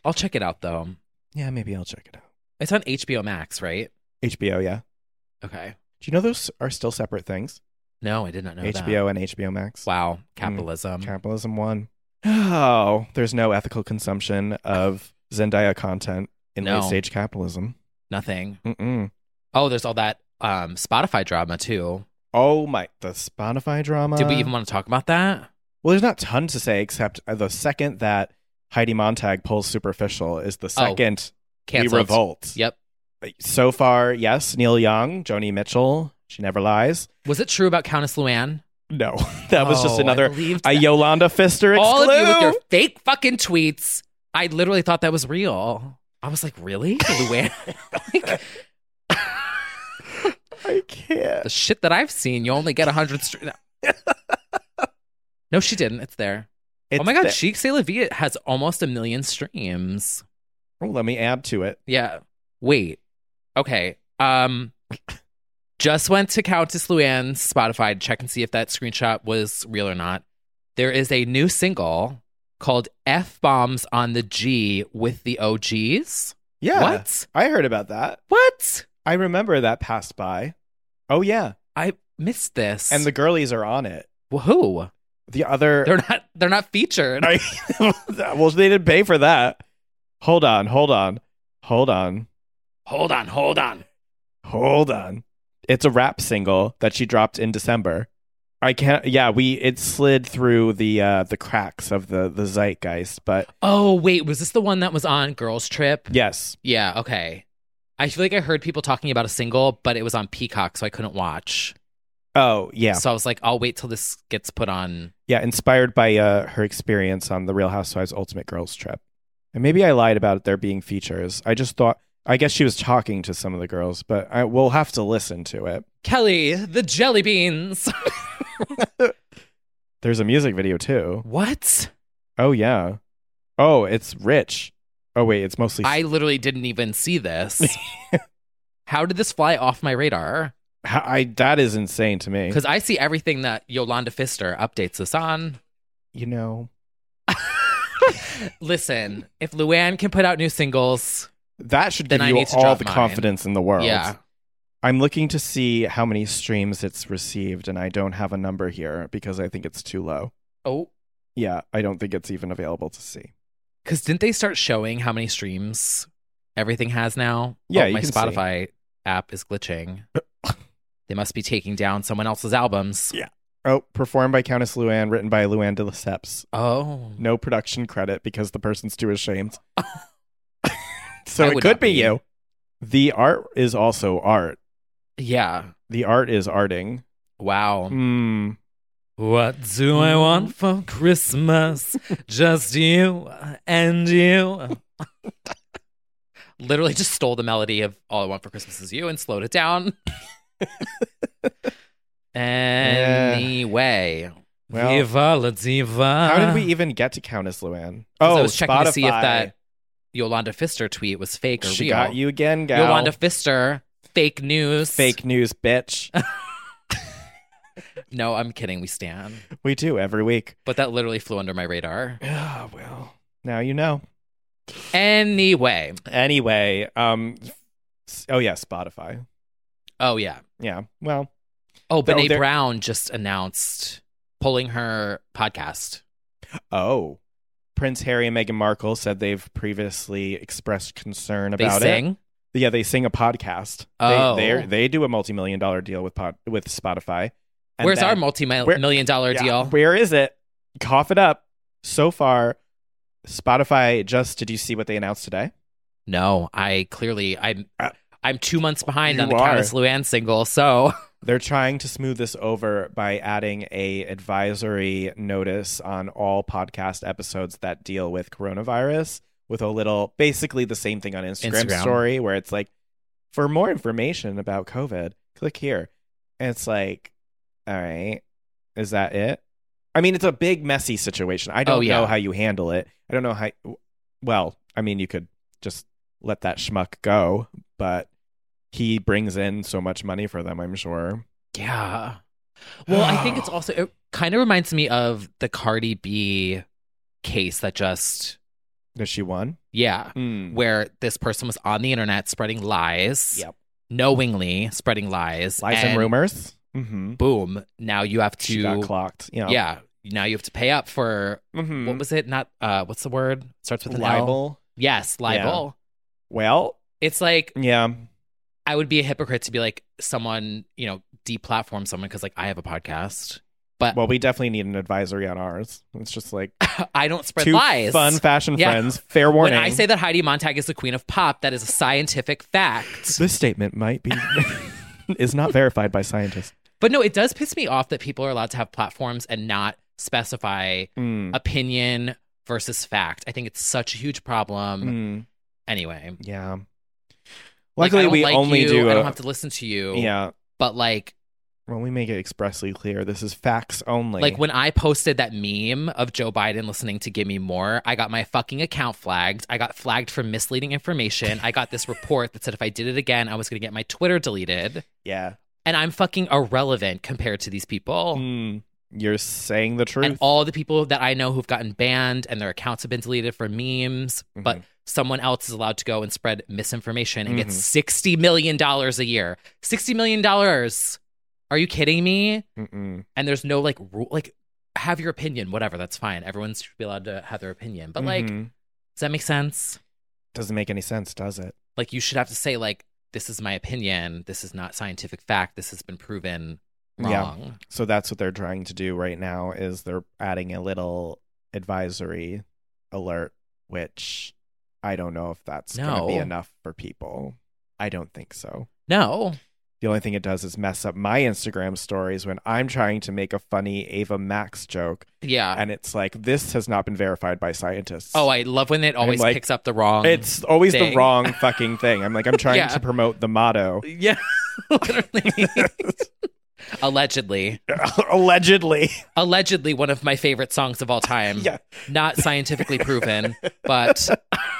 S1: I'll check it out though.
S2: Yeah, maybe I'll check it out.
S1: It's on HBO Max, right?
S2: HBO, yeah.
S1: Okay.
S2: Do you know those are still separate things?
S1: No, I did not know that.
S2: HBO and HBO Max.
S1: Wow. Capitalism.
S2: Capitalism won. Oh, there's no ethical consumption of Zendaya content in
S1: No.
S2: late stage capitalism.
S1: Nothing.
S2: Mm-mm.
S1: Oh, there's all that um Spotify drama too.
S2: Oh my, the Spotify drama.
S1: Did we even want to talk about that?
S2: well, there's not ton to say except uh, the second that Heidi Montag pulls superficial is the second we
S1: Cancelled.
S2: revolt.
S1: Oh,
S2: Uh,
S1: Yep.
S2: So far, yes, Neil Young, Joni Mitchell, she never lies.
S1: Was it true about Countess Luann?
S2: No, that was
S1: Oh,
S2: just
S1: I
S2: another
S1: believed
S2: a
S1: that.
S2: Yolanda Fister exclude.
S1: All of you with your fake fucking tweets. I literally thought that was real. I was like, really? Luann? Like,
S2: I can't.
S1: the shit that I've seen, you only get 100 str- No. No, she didn't. It's there. oh
S2: It's
S1: my God.
S2: the-
S1: Chic C'est La Vie has almost a million streams.
S2: Oh, let me add to it.
S1: Yeah. Wait. Okay. Um just went to Countess Luann's Spotify to check and see if that screenshot was real or not. There is a new single called F Bombs on the G with the OGs.
S2: Yeah.
S1: What?
S2: I heard about that.
S1: What?
S2: I remember that passed by. Oh yeah,
S1: I missed this.
S2: and the girlies are on it.
S1: who?
S2: The other,
S1: They're not they're not featured.
S2: well, they didn't pay for that. Hold on, hold on, hold on,
S1: hold on, hold on.
S2: hold on. It's a rap single that she dropped in December. I can't. Yeah, we it slid through the uh the cracks of the the zeitgeist, but
S1: Oh wait, was this the one that was on Girls Trip?
S2: yes,
S1: Yeah, okay. I feel like I heard people talking about a single, but it was on Peacock, so I couldn't watch.
S2: oh yeah,
S1: So I was like, I'll wait till this gets put on.
S2: yeah. Inspired by uh her experience on the Real Housewives Ultimate Girls Trip, and maybe I lied about there being features. I just thought. I guess she was talking to some of the girls, but I, we'll have to listen to it.
S1: Kelly, the jelly beans.
S2: There's a music video too.
S1: what?
S2: Oh yeah. Oh, it's rich. Oh wait, it's mostly.
S1: I literally didn't even see this. How did this fly off my radar?
S2: H- I- that is insane to me.
S1: Because I see everything that Yolanda Fister updates us on.
S2: you know
S1: Listen, if Luann can put out new singles,
S2: that should
S1: Then
S2: give
S1: I
S2: you
S1: need to
S2: all
S1: drop
S2: the
S1: mine.
S2: confidence in the world.
S1: yeah.
S2: I'm looking to see how many streams it's received, and I don't have a number here because I think it's too low.
S1: Oh,
S2: Yeah, I don't think it's even available to see.
S1: because didn't they start showing how many streams everything has now?
S2: Yeah,
S1: Oh,
S2: you
S1: my
S2: can see.
S1: Spotify app is glitching. they must be taking down someone else's albums.
S2: Yeah. Oh, performed by Countess Luann, written by Luann de Lesseps.
S1: Oh.
S2: No production credit because the person's too ashamed. so
S1: I
S2: it
S1: would
S2: could
S1: not be.
S2: be you. The art is also art.
S1: Yeah.
S2: The art is arting.
S1: Wow.
S2: Mm.
S1: What do I want for Christmas? just you and you. Literally just stole the melody of All I Want for Christmas Is You and slowed it down. anyway.
S2: Well,
S1: Viva la diva.
S2: How did we even get to Countess Luann? Oh,
S1: 'Cause I was checking to see if
S2: Spotify.
S1: that Yolanda Fister tweet was fake or
S2: She
S1: real.
S2: got you again, gal.
S1: Yolanda Fister, fake news.
S2: Fake news, bitch.
S1: No, I'm kidding. We stand.
S2: we do every week.
S1: But that literally flew under my radar.
S2: Ah, well. Now you know.
S1: Anyway.
S2: Anyway, um, s- oh yeah, Spotify.
S1: Oh, yeah.
S2: Yeah. Well,
S1: Oh,
S2: So
S1: Benny
S2: there-
S1: Brown just announced pulling her podcast.
S2: oh, Prince Harry and Meghan Markle said they've previously expressed concern
S1: They
S2: about
S1: sing?
S2: it. Yeah, they sing a podcast.
S1: Oh.
S2: they they're- they do a multi million dollar deal with pod, with Spotify. And
S1: Where's
S2: then-
S1: our multi
S2: Where-
S1: million dollar
S2: Yeah,
S1: deal?
S2: Where is it? Cough it up. So far, Spotify just did you see what they announced today?
S1: No, I clearly I'm I'm two months behind
S2: Uh, You
S1: on the
S2: are.
S1: Countess Luann single, so
S2: They're trying to smooth this over by adding a advisory notice on all podcast episodes that deal with coronavirus with a little basically the same thing on Instagram,
S1: Instagram.
S2: story where it's like for more information about COVID, click here. And it's like, all right, is that it? I mean, it's a big messy situation. I don't
S1: Oh, yeah.
S2: know how you handle it. I don't know how well, I mean, you could just let that schmuck go, but he brings in so much money for them, I'm sure.
S1: yeah. Well, I think it's also it kind of reminds me of the Cardi B case that just
S2: Does she won?
S1: yeah,
S2: Mm.
S1: where this person was on the internet spreading lies.
S2: Yep.
S1: Knowingly spreading lies.
S2: Lies and, rumors. Mm-hmm.
S1: Boom. Now you have to
S2: She got clocked. Yeah.
S1: Yeah. Now you have to pay up for
S2: Mhm.
S1: what was it? Not uh what's the word? starts with an L.
S2: Libel.
S1: Yes, libel.
S2: Well,
S1: It's like
S2: yeah.
S1: I would be a hypocrite to be like someone, you know, deplatform someone because like I have a podcast. But
S2: Well, we definitely need an advisory on ours. It's just like
S1: I don't spread
S2: two
S1: lies.
S2: fun fashion
S1: Yeah.
S2: friends. Fair warning.
S1: When I say that Heidi Montag is the queen of pop, that is a scientific fact.
S2: this statement might be is not verified by scientists.
S1: But no, it does piss me off that people are allowed to have platforms and not specify
S2: Mm.
S1: opinion versus fact. I think it's such a huge problem.
S2: Mm.
S1: Anyway,
S2: Yeah.
S1: Like, I
S2: Luckily,
S1: don't
S2: we
S1: like
S2: only
S1: you,
S2: do.
S1: I
S2: a-
S1: don't have to listen to you.
S2: Yeah.
S1: But like,
S2: Well, we make it expressly clear this is facts only.
S1: like when I posted that meme of Joe Biden listening to "Give Me More," I got my fucking account flagged. I got flagged for misleading information. I got this report that said if I did it again, I was going to get my Twitter deleted.
S2: yeah,
S1: And I'm fucking irrelevant compared to these people.
S2: Mm. you're saying the truth.
S1: Oh. and all the people that I know who've gotten banned and their accounts have been deleted for memes,
S2: Mm-hmm.
S1: but someone else is allowed to go and spread misinformation and
S2: Mhm.
S1: get sixty million dollars a year. Sixty million dollars. Are you kidding me?
S2: Mm-mm.
S1: And there's no like rule like have your opinion, whatever, that's fine. Everyone should be allowed to have their opinion. But like,
S2: Mhm.
S1: does that make sense?
S2: doesn't make any sense, does it?
S1: Like you should have to say, like, this is my opinion, this is not scientific fact, this has been proven wrong.
S2: Yeah. So that's what they're trying to do right now is they're adding a little advisory alert, which I don't know if that's going to be
S1: No.
S2: enough for people. I don't think so.
S1: No.
S2: The only thing it does is mess up my Instagram stories when I'm trying to make a funny Ava Max joke.
S1: Yeah.
S2: And it's like, this has not been verified by scientists.
S1: Oh, I love when it always
S2: like,
S1: picks up the wrong.
S2: it's always the
S1: thing.
S2: wrong fucking thing. I'm like, I'm trying
S1: Yeah.
S2: to promote the motto.
S1: Yeah, literally. Allegedly.
S2: Allegedly.
S1: Allegedly one of my favorite songs of all time.
S2: Yeah.
S1: Not scientifically proven, but,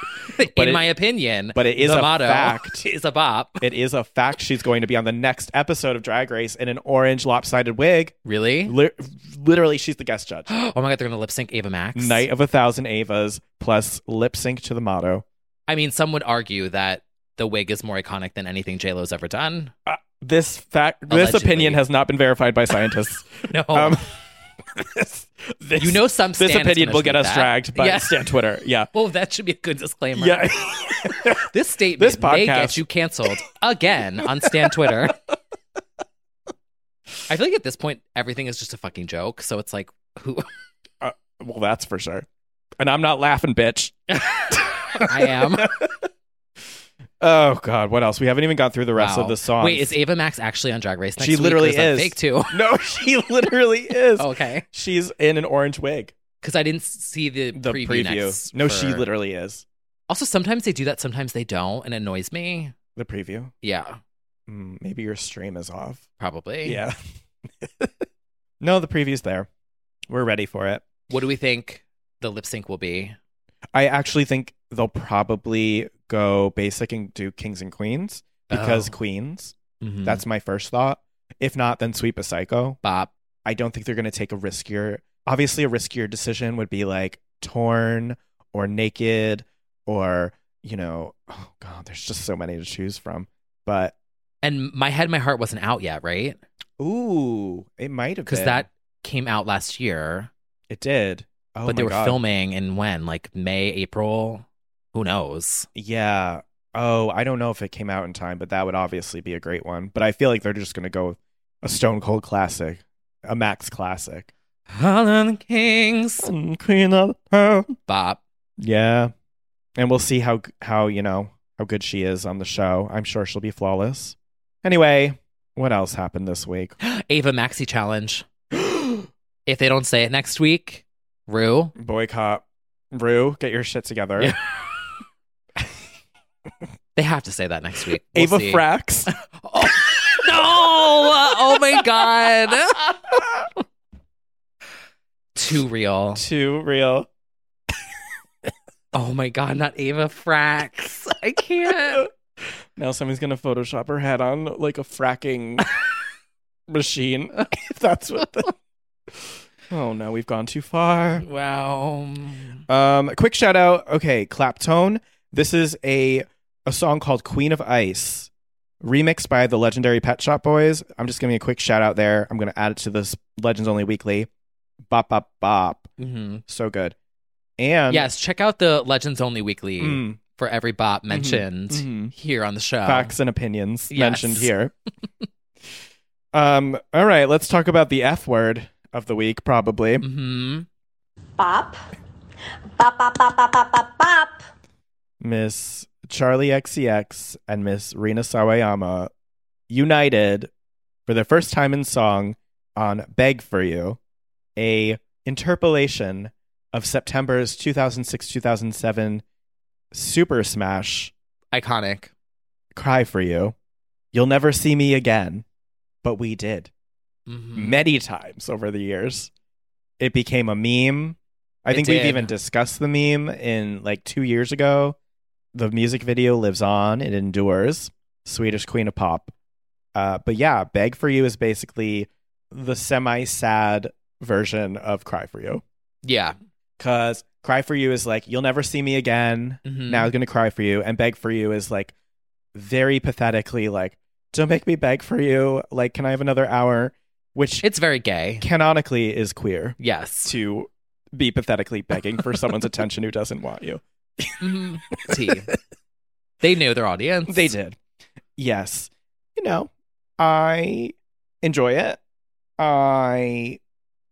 S1: in
S2: it-
S1: my opinion,
S2: but it is
S1: the
S2: a
S1: motto
S2: fact.
S1: is a bop.
S2: It is a fact she's going to be on the next episode of Drag Race in an orange lopsided wig.
S1: Really?
S2: Li- literally, she's the guest judge.
S1: Oh my god, they're gonna lip sync Ava Max.
S2: Night of a Thousand Avas plus lip sync to the motto.
S1: I mean, some would argue that the wig is more iconic than anything J Lo's ever done.
S2: This fact, this
S1: Allegedly.
S2: opinion has not been verified by scientists.
S1: No.
S2: Um, this, this-
S1: you know some
S2: this
S1: stan is
S2: opinion
S1: gonna
S2: will get
S1: tweet
S2: us
S1: that.
S2: dragged by
S1: Yeah.
S2: Stan Twitter. Yeah.
S1: Well, that should be a good disclaimer.
S2: Yeah.
S1: This statement
S2: This
S1: may
S2: podcast-
S1: get you canceled again on Stan Twitter. I feel like at this point everything is just a fucking joke. So it's like who
S2: well, that's for sure. And I'm not laughing, bitch.
S1: I am.
S2: Oh God, what else? We haven't even got through the rest of the song.
S1: Wait, is Ava Max actually on Drag Race next
S2: She
S1: week, or
S2: literally
S1: that
S2: is.
S1: fake too. Oh,
S2: No, she literally is.
S1: okay.
S2: She's in an orange wig.
S1: Because I didn't see the,
S2: the
S1: preview.
S2: preview?
S1: next
S2: no,
S1: for-
S2: she literally is
S1: Also, sometimes they do that, sometimes they don't, and it annoys me.
S2: the preview.
S1: Yeah,
S2: Mm, maybe your stream is off.
S1: probably.
S2: Yeah. no, the preview's there. We're ready for it.
S1: What do we think the lip sync will be?
S2: I actually think they'll probably go basic and do kings and queens because
S1: Oh.
S2: queens.
S1: Mhm.
S2: That's my first thought. If not, then sweep a psycho.
S1: Bop.
S2: I don't think they're going to take a riskier. Obviously, a riskier decision would be like torn or naked or, you know, oh God, there's just so many to choose from. But,
S1: And my head, my heart wasn't out yet, right?
S2: ooh, it might have
S1: Because
S2: been.
S1: that came out last year,
S2: It did. Oh,
S1: but they
S2: my
S1: were
S2: God.
S1: filming in when, like May, April. Who knows?
S2: Yeah. Oh, I don't know if it came out in time, but that would obviously be a great one. But I feel like they're just going to go with a Stone Cold classic, a Max classic.
S1: Holland Kings.
S2: Queen of
S1: Bop.
S2: Yeah. And we'll see how how, you know, how good she is on the show. I'm sure she'll be flawless. Anyway, what else happened this week?
S1: Ava Maxi challenge. if they don't say it next week, Rue.
S2: Boycott. Rue, get your shit together.
S1: Yeah. They have to say that next week. We'll
S2: Ava
S1: see.
S2: Frax.
S1: No! Oh my god. Too real.
S2: Too real.
S1: Oh my god, not Ava Frax. I can't.
S2: Now someone's gonna Photoshop her head on like a fracking machine. If that's what the Oh no, we've gone too far.
S1: Wow.
S2: Um quick shout out. Okay, Claptone. This is a a song called Queen of Ice, remixed by the legendary Pet Shop Boys. I'm just giving a quick shout out there. I'm gonna add it to this Legends Only Weekly. Bop bop bop.
S1: hmm
S2: So good. And
S1: yes, check out the Legends Only Weekly
S2: mm,
S1: for every bot mentioned
S2: mhm.
S1: here on the show.
S2: facts and opinions
S1: Uh, Yes.
S2: mentioned here. um, all right, let's talk about the F word of the week, probably.
S1: hmm
S9: Bop. Bop, bop, bop, bop, bop, bop, bop.
S2: Miss Charlie XCX and Miss Rina Sawayama united for the first time in song on Beg for You, a interpolation of September's 2006-2007 Super Smash
S1: Iconic.
S2: Cry for You. You'll never see me again, but we did.
S1: Mhm.
S2: many times over the years. It became a meme. I
S1: It
S2: think we've
S1: did.
S2: even discussed the meme in like two years ago. The music video lives on, it endures. Swedish Queen of Pop. Uh, but yeah, Beg for You is basically the semi sad version of Cry for You.
S1: Yeah.
S2: Because Cry for You is like, you'll never see me again.
S1: Mhm.
S2: Now I'm going to cry for you. And Beg for You is like very pathetically like, don't make me beg for you. Like, can I have another hour? Which
S1: It's very gay.
S2: canonically is queer
S1: Yes.
S2: to be pathetically begging for someone's attention who doesn't want you.
S1: Mhm. T. They knew their audience.
S2: They did. Yes. You know, I enjoy it. I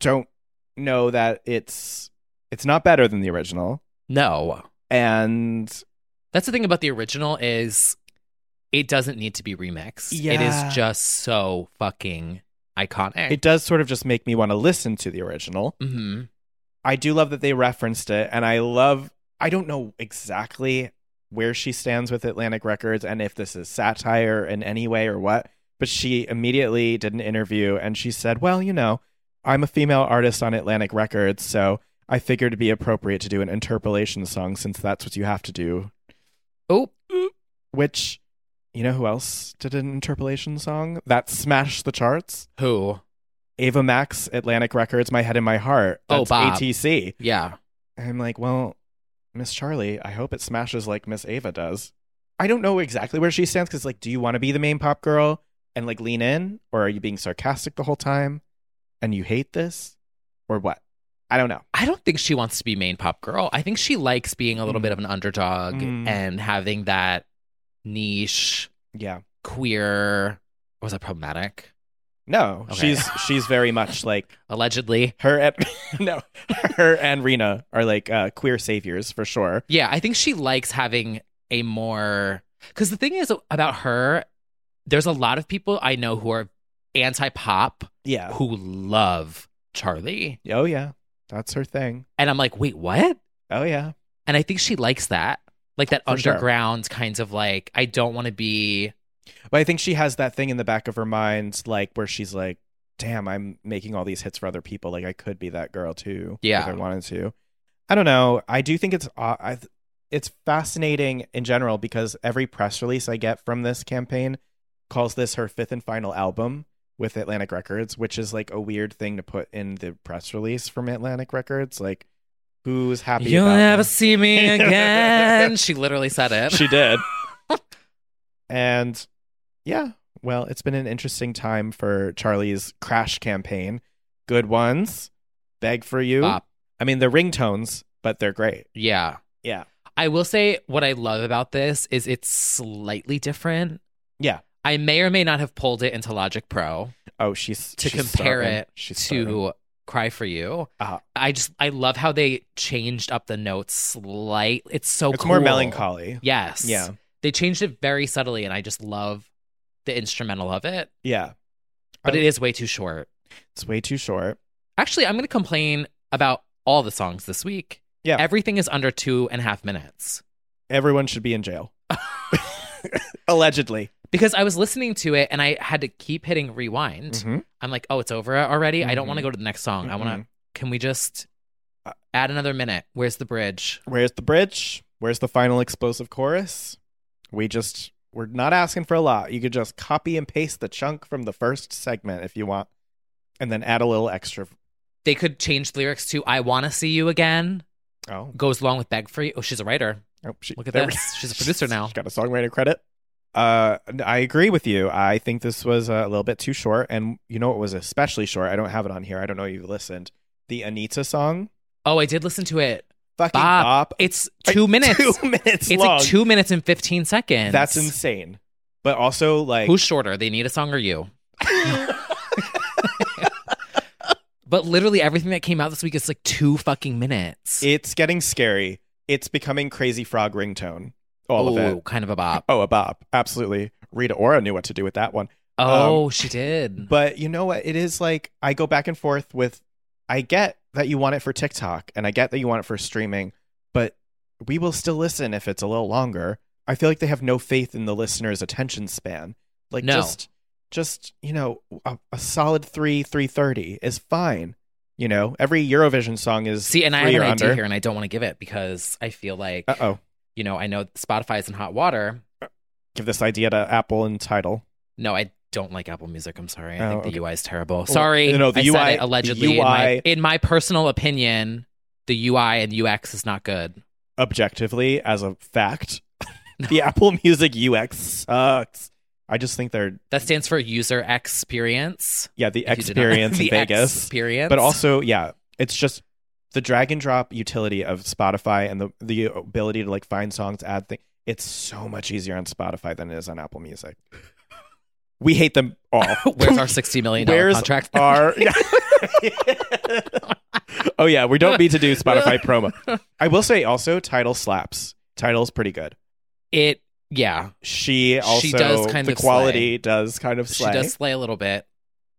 S2: don't know that it's it's not better than the original
S1: No.
S2: and
S1: That's the thing about the original is it doesn't need to be remixed. It
S2: Yeah.
S1: is just so fucking iconic.
S2: it does sort of just make me want to listen to the original.
S1: hmm
S2: I do love that they referenced it, and I love. I don't know exactly where she stands with Atlantic Records and if this is satire in any way or what, but she immediately did an interview and she said, "Well, you know, I'm a female artist on Atlantic Records, so I figured it'd be appropriate to do an interpolation song since that's what you have to do."
S1: Oh,
S2: Which, you know, who else did an interpolation song that smashed the charts?
S1: who?
S2: Ava Max, Atlantic Records, My Head and My Heart.
S1: Oh,
S2: That's
S1: Bob.
S2: ATC.
S1: Yeah.
S2: And I'm like, well, Miss Charlie, I hope it smashes like Miss Ava does. I don't know exactly where she stands because, like, do you want to be the main pop girl and like lean in, or are you being sarcastic the whole time and you hate this, or what? I don't know.
S1: I don't think she wants to be main pop girl. I think she likes being a little bit of an underdog
S2: Mm.
S1: and having that niche
S2: Yeah,
S1: queer. Was that problematic?
S2: no,
S1: Okay.
S2: she's she's very much like
S1: Allegedly.
S2: her and no, her and Rena are like uh, queer saviors for sure.
S1: Yeah, I think she likes having a more Because the thing is about her, there's a lot of people I know who are anti pop
S2: yeah.
S1: who love Charlie.
S2: Oh, yeah. That's her thing.
S1: And I'm like, wait, what?
S2: Oh, yeah.
S1: And I think she likes that. Like that
S2: For sure.
S1: underground kinds of like, I don't want to be
S2: But I think she has that thing in the back of her mind, like where she's like, damn, I'm making all these hits for other people. Like I could be that girl too.
S1: Yeah.
S2: If I wanted to. I don't know. I do think it's, uh, I, th- it's fascinating in general because every press release I get from this campaign calls this her fifth and final album with Atlantic Records, which is like a weird thing to put in the press release from Atlantic Records. Like, who's happy?
S1: You'll
S2: about
S1: never
S2: this?
S1: see me again. she literally said it.
S2: She did. and yeah, well, it's been an interesting time for Charlie's crash campaign. Good ones, beg for you.
S1: Bop.
S2: I mean, they're ringtones, but they're great.
S1: Yeah.
S2: Yeah.
S1: I will say what I love about this is it's slightly different.
S2: Yeah.
S1: I may or may not have pulled it into Logic Pro
S2: Oh, she's
S1: to
S2: she's
S1: compare
S2: starving.
S1: it
S2: She's starving.
S1: to uh, Cry for You.
S2: Uh-huh.
S1: I just I love how they changed up the notes slight. It's so
S2: It's more
S1: Oh, cool.
S2: melancholy.
S1: Yes.
S2: Yeah.
S1: They changed it very subtly, and I just love the instrumental of it.
S2: Yeah.
S1: But
S2: I-
S1: it is way too short.
S2: It's way too short.
S1: Actually, I'm going to complain about all the songs this week.
S2: Yeah.
S1: Everything is under two and a half minutes.
S2: Everyone should be in jail. Allegedly.
S1: Because I was listening to it and I had to keep hitting rewind.
S2: Mhm.
S1: I'm like, oh, it's over already. I don't want
S2: Mhm.
S1: to go to the next song. I want to.
S2: Mm-hmm.
S1: Can we just add another minute? Where's the bridge?
S2: Where's the bridge? Where's the final explosive chorus? We just we're not asking for a lot. You could just copy and paste the chunk from the first segment if you want, and then add a little extra.
S1: They could change the lyrics to "I want to see you again."
S2: Oh,
S1: Goes along with "Beg for You." Oh, she's a writer.
S2: oh she,
S1: Look at
S2: there
S1: that.
S2: we
S1: She's a producer now.
S2: She's got a songwriter credit. Uh, I agree with you. I think this was a little bit too short, and you know it was especially short. I don't have it on here. I don't know if you listened. The Anita song,
S1: Oh, I did listen to it.
S2: fucking
S1: Bob,
S2: bop.
S1: it's two minutes.
S2: two minutes
S1: It's
S2: long.
S1: like two minutes and fifteen seconds.
S2: That's insane. But also, like,
S1: Who's shorter? They need a song or you? but literally everything that came out this week is like two fucking minutes.
S2: It's getting scary. It's becoming crazy frog ringtone. All
S1: Ooh,
S2: of it.
S1: kind of a bop.
S2: Oh, a bop. Absolutely. Rita Ora knew what to do with that one.
S1: Oh, she did.
S2: But you know what? It is like I go back and forth with I get that you want it for TikTok and I get that you want it for streaming, but we will still listen if it's a little longer. I feel like they have no faith in the listener's attention span. Like
S1: No.
S2: just just, you know, a, a solid 3 330 is fine. You know, every Eurovision song is
S1: See, and I
S2: three
S1: have an
S2: or
S1: idea
S2: under.
S1: here, and I don't want to give it because I feel like
S2: Uh oh.
S1: you know I know Spotify is in hot water.
S2: Give this idea to Apple and Title.
S1: No, I don't like Apple Music. I'm sorry. I
S2: Oh,
S1: think the
S2: okay.
S1: UI is terrible. Sorry,
S2: no, the
S1: I said
S2: UI
S1: it allegedly.
S2: the
S1: in, my,
S2: UI
S1: in my personal opinion, the UI and UX is not good.
S2: objectively as a fact, the Apple Music UX sucks. I just think they're
S1: That stands for user experience.
S2: yeah the
S1: If you did not-
S2: experience in
S1: the
S2: Vegas,
S1: experience,
S2: but also yeah, it's just the drag and drop utility of Spotify and the the ability to like find songs, add things. It's so much easier on Spotify than it is on Apple Music. We hate them all.
S1: where's our sixty million dollar
S2: Where's
S1: contract?
S2: our? oh yeah, we don't need to do Spotify promo. I will say also, title slaps. Title's pretty good.
S1: it yeah,
S2: She also
S1: does kind
S2: the
S1: of
S2: quality does kind of
S1: she
S2: slay.
S1: does slay a little bit.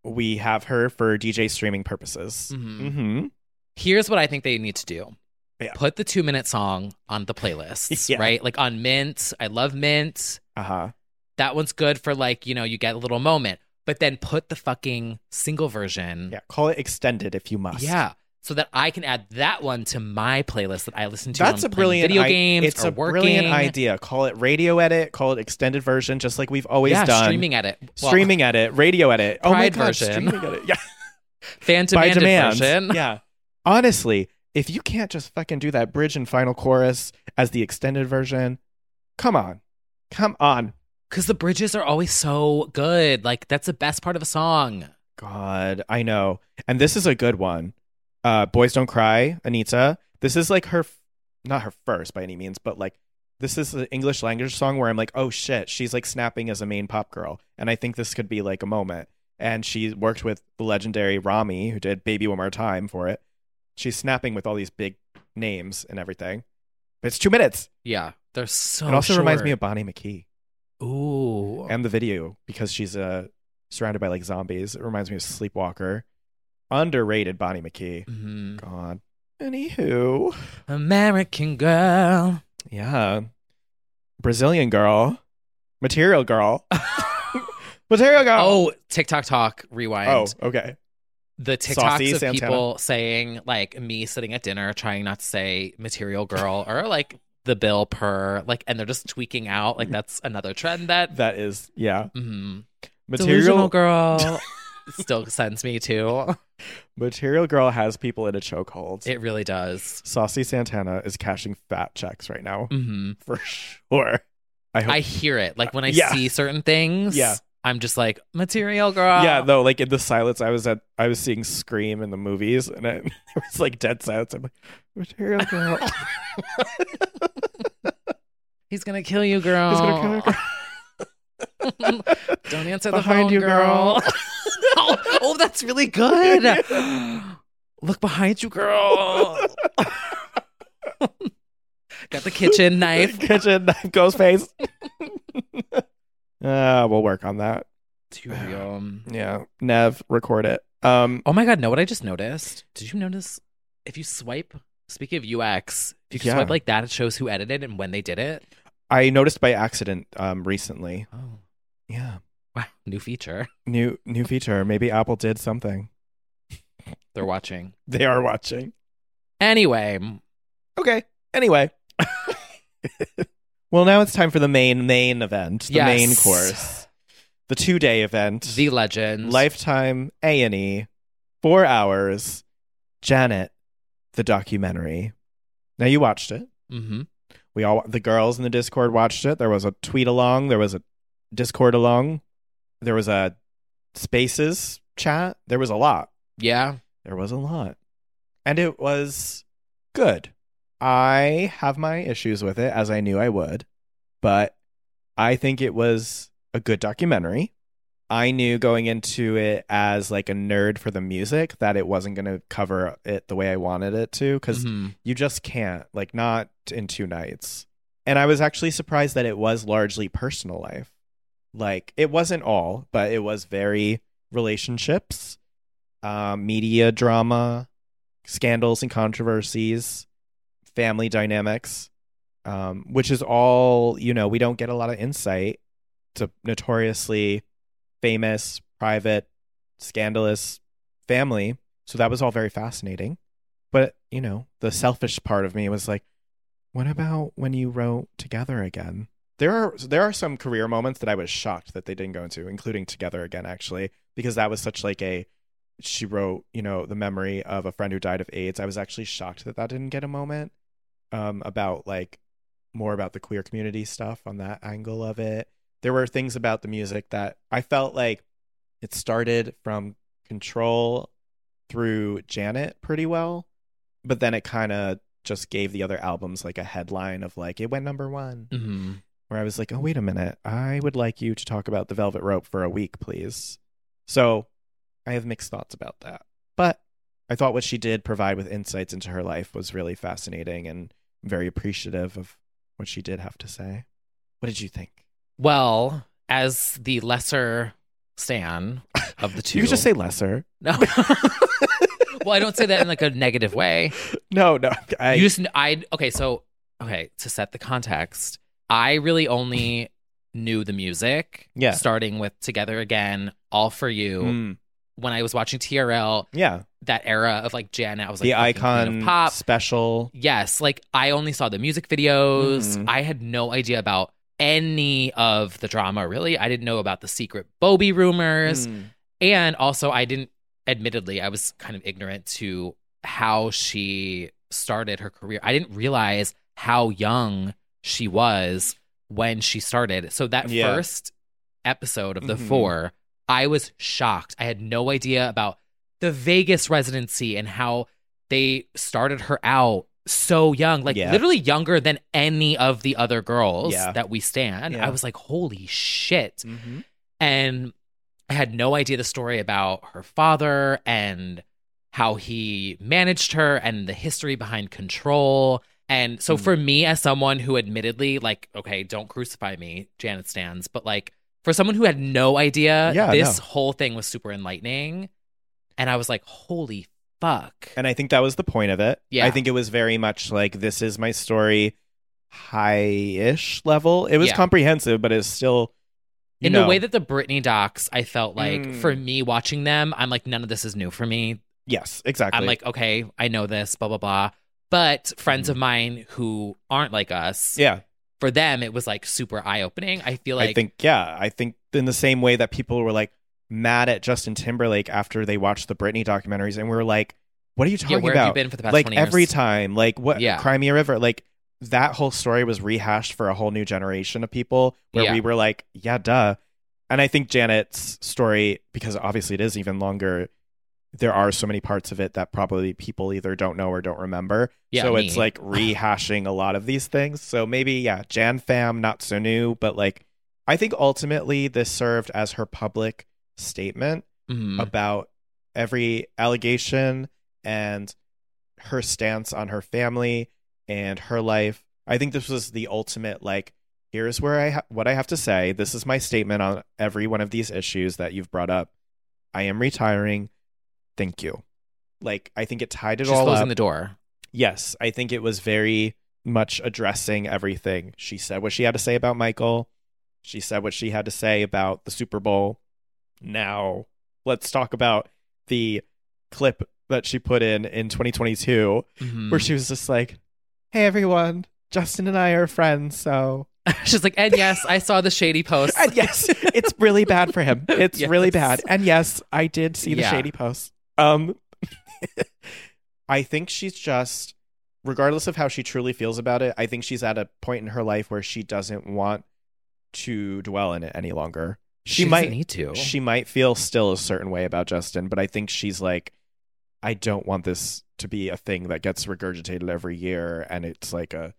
S2: We have her for DJ streaming purposes.
S1: Mhm.
S2: Mhm.
S1: Here's what I think they need to do.
S2: Yeah.
S1: Put the two minute song on the playlists,
S2: Yeah.
S1: right? Like on Mint. I love Mint.
S2: Uh-huh.
S1: That one's good for like, you know, you get a little moment, but then put the fucking single version.
S2: Yeah, call it extended if you must.
S1: Mm. Yeah. So that I can add that one to my playlist that I listen to. when
S2: That's a
S1: I'm playing
S2: brilliant
S1: video
S2: i-
S1: games.
S2: It's
S1: or
S2: a brilliant
S1: working.
S2: idea. Call it radio edit, call it extended version just like we've always
S1: yeah,
S2: done.
S1: streaming edit. Well,
S2: streaming edit, radio edit. oh my
S1: Pride
S2: god,
S1: version.
S2: streaming edit. Yeah.
S1: fan
S2: by
S1: demanded
S2: demand.
S1: version.
S2: Yeah. Honestly, if you can't just fucking do that bridge and final chorus as the extended version, come on. Come on.
S1: Because the bridges are always so good. Like that's the best part of a song.
S2: God, I know. And this is a good one. Uh Boys Don't Cry, Anita. This is like her f- not her first by any means, but like this is an English language song where I'm like, "Oh shit, she's like snapping as a main pop girl." And I think this could be like a moment. And she worked with the legendary Rami who did Baby One More Time for it. She's snapping with all these big names and everything. But it's 2 minutes.
S1: Yeah. They're so
S2: it also reminds
S1: short.
S2: me of Bonnie McKee.
S1: Ooh.
S2: and the video because she's uh, surrounded by like zombies. It reminds me of Sleepwalker. Underrated Bonnie McKee.
S1: Mm-hmm.
S2: God. Anywho,
S1: American Girl.
S2: Yeah. Brazilian Girl. Material Girl. Material Girl.
S1: Oh, TikTok Talk rewind.
S2: Oh, okay.
S1: The TikToks
S2: Saucy
S1: of
S2: Santana.
S1: people saying like me sitting at dinner trying not to say material girl or like the bill per like and they're just tweaking out like that's another trend that
S2: that is yeah.
S1: Mm-hmm.
S2: Material
S1: girl still sends me to
S2: Material Girl has people in a chokehold.
S1: It really does.
S2: Saucy Santana is cashing fat checks right now.
S1: Mhm.
S2: For sure. I hope
S1: I hear it like when I
S2: Yeah.
S1: see certain things
S2: Yeah.
S1: I'm just like material girl
S2: Yeah, though, like in the silence, I was at I was seeing Scream in the movies, and I, it was like dead silence. I'm like, material girl.
S1: he's gonna kill you girl
S2: He's gonna kill you, girl.
S1: don't answer the
S2: Behind
S1: phone
S2: you,
S1: girl,
S2: girl.
S1: oh, oh that's really good look behind you girl got the kitchen knife
S2: kitchen knife, ghost face. uh, we'll work on that.
S1: Too real.
S2: Yeah, Nev, record it. Um,
S1: oh my god, know what I just noticed? Did you notice if you swipe? Speaking of UX, if you
S2: Yeah.
S1: swipe like that, it shows who edited and when they did it.
S2: I noticed by accident um recently.
S1: Oh,
S2: yeah.
S1: Wow, new feature.
S2: New new feature. Maybe Apple did something.
S1: They're watching.
S2: They are watching.
S1: Anyway,
S2: Okay. Anyway. Well, now it's time for the main main event, the
S1: Yes.
S2: main course, the two day event,
S1: the legend,
S2: lifetime A and E, four hours, Janet, the documentary. Now you watched it.
S1: Mm-hmm.
S2: We all the girls in the Discord watched it. There was a tweet along. There was a Discord along. There was a Spaces chat. There was a lot.
S1: Yeah.
S2: There was a lot, and it was good. I have my issues with it, as I knew I would, but I think it was a good documentary. I knew going into it as like a nerd for the music that it wasn't going to cover it the way I wanted it to because
S1: Mhm.
S2: you just can't, like, not in two nights. And I was actually surprised that it was largely personal life. Like, it wasn't all, but it was very relationships, uh, media drama, scandals and controversies, family dynamics, um, which is all, you know, we don't get a lot of insight to notoriously famous, private, scandalous family. So that was all very fascinating. But, you know, the selfish part of me was like, what about when you wrote Together Again? There are there are some career moments that I was shocked that they didn't go into, including Together Again actually, because that was such like a she wrote, you know, the memory of a friend who died of AIDS. I was actually shocked that that didn't get a moment um, about like more about the queer community stuff on that angle of it. There were things about the music that I felt like it started from Control through Janet pretty well, but then it kind of just gave the other albums like a headline of like it went number one
S1: Mm-hmm.
S2: where I was like, oh, wait a minute. I would like you to talk about the velvet rope for a week, please. So I have mixed thoughts about that. But I thought what she did provide with insights into her life was really fascinating and very appreciative of what she did have to say. What did you think?
S1: Well, as the lesser Stan of the two,
S2: You could just say lesser.
S1: no. well, I don't say that in like a negative way.
S2: No, no. I,
S1: you just I okay. So okay to set the context, I really only knew the music.
S2: Yeah.
S1: starting with "Together Again," "All for You."
S2: Mm,
S1: When I was watching TRL,
S2: yeah.
S1: that era of like Janet, I was like
S2: the
S1: fucking queen of
S2: icon
S1: pop.
S2: special.
S1: Yes, like I only saw the music videos.
S2: Mhm.
S1: I had no idea about any of the drama. Really, I didn't know about the secret Bobby rumors.
S2: Mm.
S1: And also, I didn't, admittedly, I was kind of ignorant to how she started her career. I didn't realize how young she was when she started. So, that
S2: Yeah.
S1: first episode of the
S2: Mhm.
S1: four, I was shocked. I had no idea about the Vegas residency and how they started her out so young, like
S2: Yeah.
S1: literally younger than any of the other girls
S2: Yeah.
S1: that we stand.
S2: Yeah.
S1: I was like, holy shit
S2: mm-hmm.
S1: and I had no idea the story about her father and how he managed her and the history behind control And
S2: Hmm.
S1: so for me, as someone who admittedly, like, okay, don't crucify me, Janet stands, but like for someone who had no idea,
S2: Yeah,
S1: this
S2: no.
S1: whole thing was super enlightening. And I was like, holy fuck.
S2: And I think that was the point of it.
S1: Yeah.
S2: I think it was very much like this is my story high ish level. It was
S1: Yeah.
S2: comprehensive, but it's still you
S1: In
S2: know, Hmm.
S1: the way that the Britney docs, I felt like for me watching them, I'm like, none of this is new for me.
S2: Yes, exactly.
S1: I'm like, okay, I know this, blah, blah, blah. But friends of mine who aren't like us,
S2: Mm-hmm. Yeah.
S1: for them, it was like super eye opening. I feel like
S2: I think yeah, I think in the same way that people were like mad at Justin Timberlake after they watched the Britney documentaries and were like, "What are you talking
S1: where have
S2: about?"
S1: you been for the past
S2: like
S1: 20 years?
S2: every time, like what
S1: Yeah.
S2: Crimea River, like that whole story was rehashed for a whole new generation of people where
S1: Yeah.
S2: we were like, "Yeah, duh." And I think Janet's story, because obviously it is even longer, there are so many parts of it that probably people either don't know or don't remember.
S1: Yeah,
S2: so
S1: me.
S2: it's like rehashing a lot of these things. So maybe, yeah, Jan Fam, not so new, but like I think ultimately this served as her public statement
S1: Mhm.
S2: about every allegation and her stance on her family and her life. I think this was the ultimate like here's where I ha- what I have to say. This is my statement on every one of these issues that you've brought up. I am retiring. Thank you. Like I think it tied it
S1: She's
S2: all
S1: closing
S2: up.
S1: the door.
S2: Yes, I think it was very much addressing everything. She said what she had to say about Michael. She said what she had to say about the Super Bowl. Now, let's talk about the clip that she put in in 2022
S1: Mhm.
S2: where she was just like, "Hey everyone, Justin and I are friends, so
S1: she's like, and yes, I saw the shady post.
S2: and yes, it's really bad for him. It's really
S1: Yes.
S2: bad. And yes, I did see the
S1: Yeah.
S2: shady posts. Um, I think she's just, regardless of how she truly feels about it, I think she's at a point in her life where she doesn't want to dwell in it any longer. She,
S1: She doesn't
S2: might
S1: need to.
S2: She might feel still a certain way about Justin, but I think she's like, I don't want this to be a thing that gets regurgitated every year, and it's like a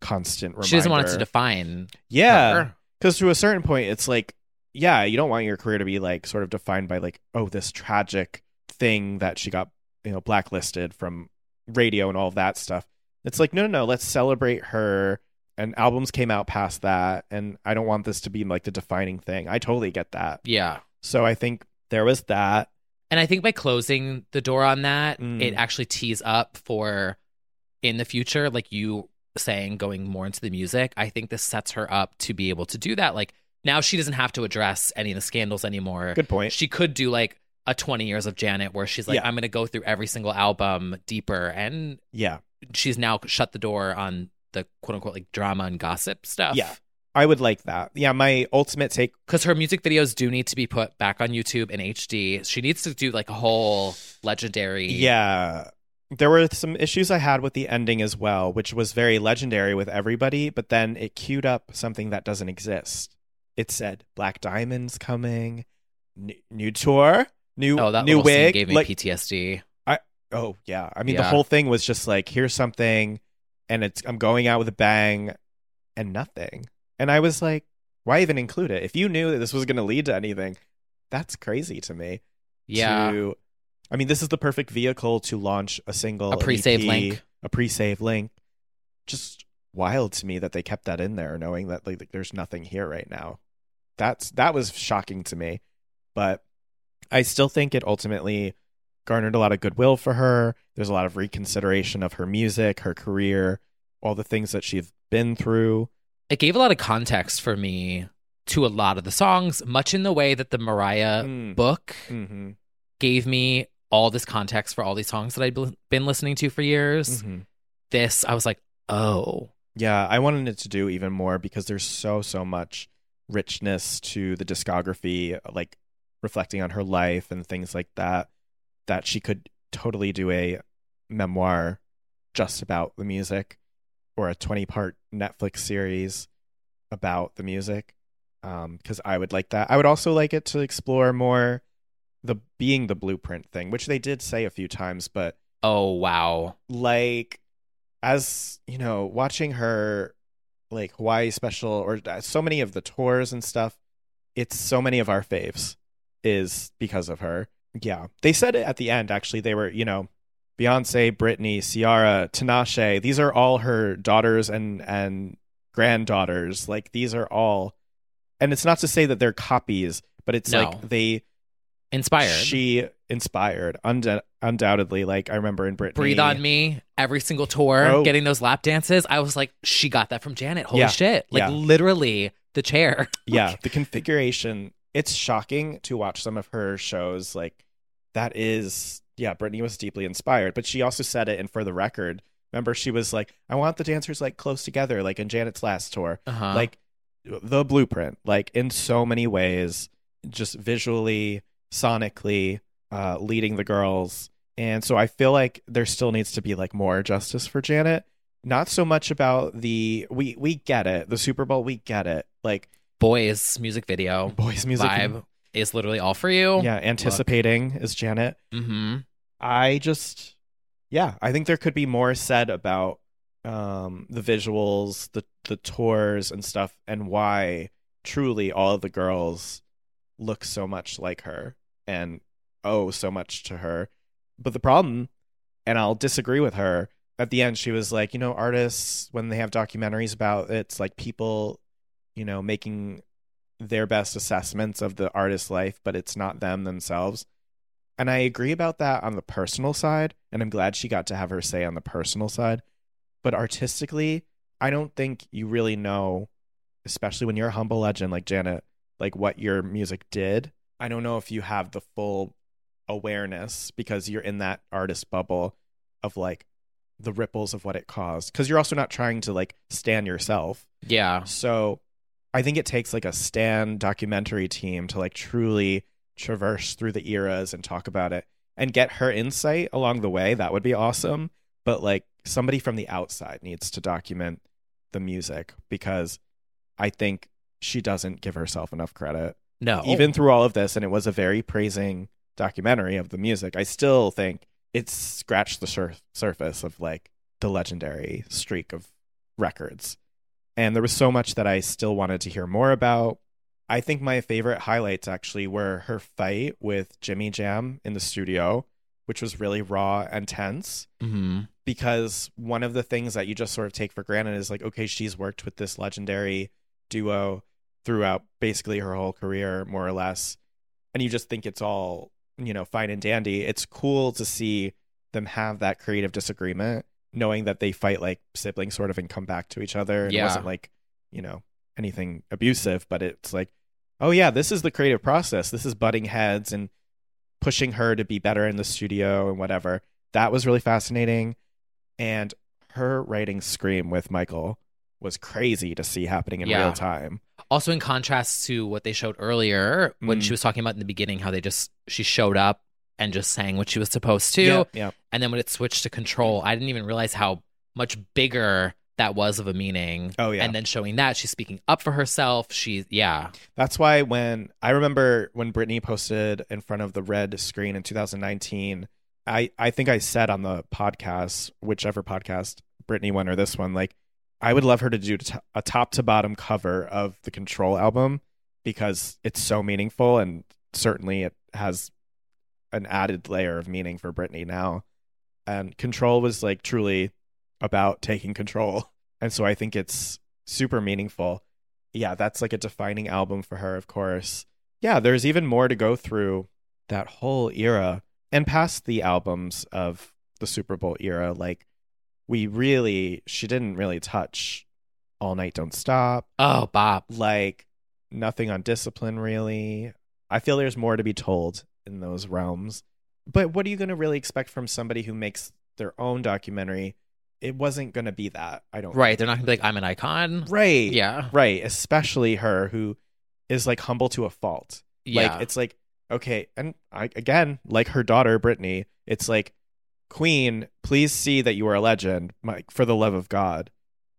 S2: constant reminder.
S1: She doesn't want it to define.
S2: Yeah.
S1: her.
S2: Because to a certain point, it's like, yeah, you don't want your career to be like sort of defined by like, oh, this tragic thing that she got, you know, blacklisted from radio and all of that stuff. It's like, no, no, no, let's celebrate her. And albums came out past that. And I don't want this to be like the defining thing. I totally get that.
S1: Yeah.
S2: So I think there was that.
S1: And I think by closing the door on that,
S2: Mm.
S1: it actually tees up for in the future, like you saying, going more into the music. I think this sets her up to be able to do that. Like now she doesn't have to address any of the scandals anymore.
S2: Good point.
S1: She could do like a 20 years of Janet where she's like,
S2: Yeah.
S1: I'm going to go through every single album deeper. And
S2: Yeah.
S1: she's now shut the door on the quote unquote like drama and gossip stuff.
S2: Yeah. I would like that. Yeah. My ultimate take.
S1: because her music videos do need to be put back on YouTube in HD. She needs to do like a whole legendary.
S2: Yeah. There were some issues I had with the ending as well, which was very legendary with everybody, but then it queued up something that doesn't exist. It said Black Diamonds coming, new, new tour, new
S1: Oh, that
S2: new
S1: little scene
S2: wig.
S1: gave me
S2: like-
S1: PTSD.
S2: I oh yeah. I mean the
S1: Yeah.
S2: whole thing was just like here's something and it's I'm going out with a bang and nothing. And I was like, why even include it? If you knew that this was gonna lead to anything, that's crazy to me.
S1: Yeah.
S2: to- I mean, this is the perfect vehicle to launch a single
S1: A pre-save
S2: an E
S1: link.
S2: A pre-save link. Just wild to me that they kept that in there, knowing that like there's nothing here right now. That's that was shocking to me. But I still think it ultimately garnered a lot of goodwill for her. There's a lot of reconsideration of her music, her career, all the things that she's been through.
S1: It gave a lot of context for me to a lot of the songs, much in the way that the Mariah
S2: Mm.
S1: book
S2: Mm-hmm.
S1: gave me all this context for all these songs that I'd bl- been listening to for years.
S2: Mhm.
S1: This, I was like, oh,
S2: Yeah, I wanted it to do even more because there's so so much richness to the discography, like reflecting on her life and things like that. That she could totally do a memoir just about the music, or a 20 part Netflix series about the music. Um, because I would like that. I would also like it to explore more the being the blueprint thing, which they did say a few times, but
S1: oh, wow.
S2: like as you know watching her like hawaii special or uh, so many of the tours and stuff it's so many of our faves is because of her yeah they said it at the end actually they were you know Beyonce, Britney, Ciara, Tinashe. These are all her daughters and and granddaughters. Like these are all, and it's not to say that they're copies, but it's
S1: No.
S2: like they
S1: Inspired.
S2: She inspired, und- undoubtedly. Like I remember in Britney,
S1: Breathe on me every single tour,
S2: Oh.
S1: getting those lap dances. I was like, she got that from Janet. Holy
S2: Yeah.
S1: shit. Like
S2: Yeah.
S1: literally the chair.
S2: yeah the configuration it's shocking to watch some of her shows like that is yeah brittany was deeply inspired but she also said it and for the record remember she was like i want the dancers like close together like in janet's last tour
S1: Uh-huh.
S2: like the blueprint like in so many ways just visually sonically uh leading the girls and so i feel like there still needs to be like more justice for janet not so much about the we we get it the super bowl we get it like
S1: Boys music video.
S2: Oh, Boys music
S1: vibe Oh, is literally all for you.
S2: yeah anticipating is janet
S1: Mm-hmm.
S2: i just yeah i think there could be more said about um the visuals the the tours and stuff and why truly all of the girls look so much like her and owe so much to her but the problem and i'll disagree with her at the end she was like you know artists when they have documentaries about it, it's like people you know making their best assessments of the artist's life but it's not them themselves and I agree about that on the personal side, and I'm glad she got to have her say on the personal side. But artistically, I don't think you really know, especially when you're a humble legend like Janet, like what your music did. I don't know if you have the full awareness because you're in that artist bubble of like the ripples of what it caused. Because you're also not trying to like stand yourself.
S1: Yeah.
S2: So I think it takes like a stand documentary team to like truly traverse through the eras and talk about it and get her insight along the way. That would be awesome. But like somebody from the outside needs to document the music because I think she doesn't give herself enough credit.
S1: No.
S2: Even through all of this, and it was a very praising documentary of the music, I still think it scratched the sur- surface of like the legendary streak of records. And there was so much that I still wanted to hear more about. I think my favorite highlights actually were her fight with Jimmy Jam in the studio, which was really raw and tense
S1: Mm-hmm.
S2: because one of the things that you just sort of take for granted is like, okay, she's worked with this legendary duo throughout basically her whole career, more or less. And you just think it's all, you know, fine and dandy. It's cool to see them have that creative disagreement, knowing that they fight like siblings sort of and come back to each other. And
S1: Yeah.
S2: It wasn't like, you know, anything abusive, but it's like, oh, yeah, this is the creative process. This is butting heads and pushing her to be better in the studio and whatever. That was really fascinating. And her writing Scream with Michael was crazy to see happening in
S1: Yeah.
S2: real time.
S1: Also, in contrast to what they showed earlier, when
S2: Mm.
S1: she was talking about in the beginning, how they just she showed up and just sang what she was supposed to,
S2: Yeah, yeah.
S1: and then when it switched to control, I didn't even realize how much bigger that was of a meaning.
S2: Oh, yeah.
S1: and then showing that she's speaking up for herself. She, yeah,
S2: That's why when I remember when Britney posted in front of the red screen in 2019, I, I think I said on the podcast, whichever podcast, Britney one or this one, like, I would love her to do t- a top to bottom cover of the Control album because it's so meaningful and certainly it has an added layer of meaning for Britney now. And Control was like truly about taking control. And so I think it's super meaningful. Yeah, that's like a defining album for her, of course. Yeah, there's even more to go through that whole era and past the albums of the Super Bowl era. Like, we really, she didn't really touch All Night Don't Stop.
S1: Oh, Bob.
S2: Like, nothing on discipline, really. I feel there's more to be told in those realms. But what are you going to really expect from somebody who makes their own documentary? It wasn't going to be that, I don't
S1: right. They're not gonna be like I'm an icon,
S2: Right.
S1: Yeah,
S2: Right. Especially her who is like humble to a fault.
S1: Yeah.
S2: Like it's like, okay, and I, again, like her daughter Brittany, it's like, Queen, please see that you are a legend, Mike, for the love of God.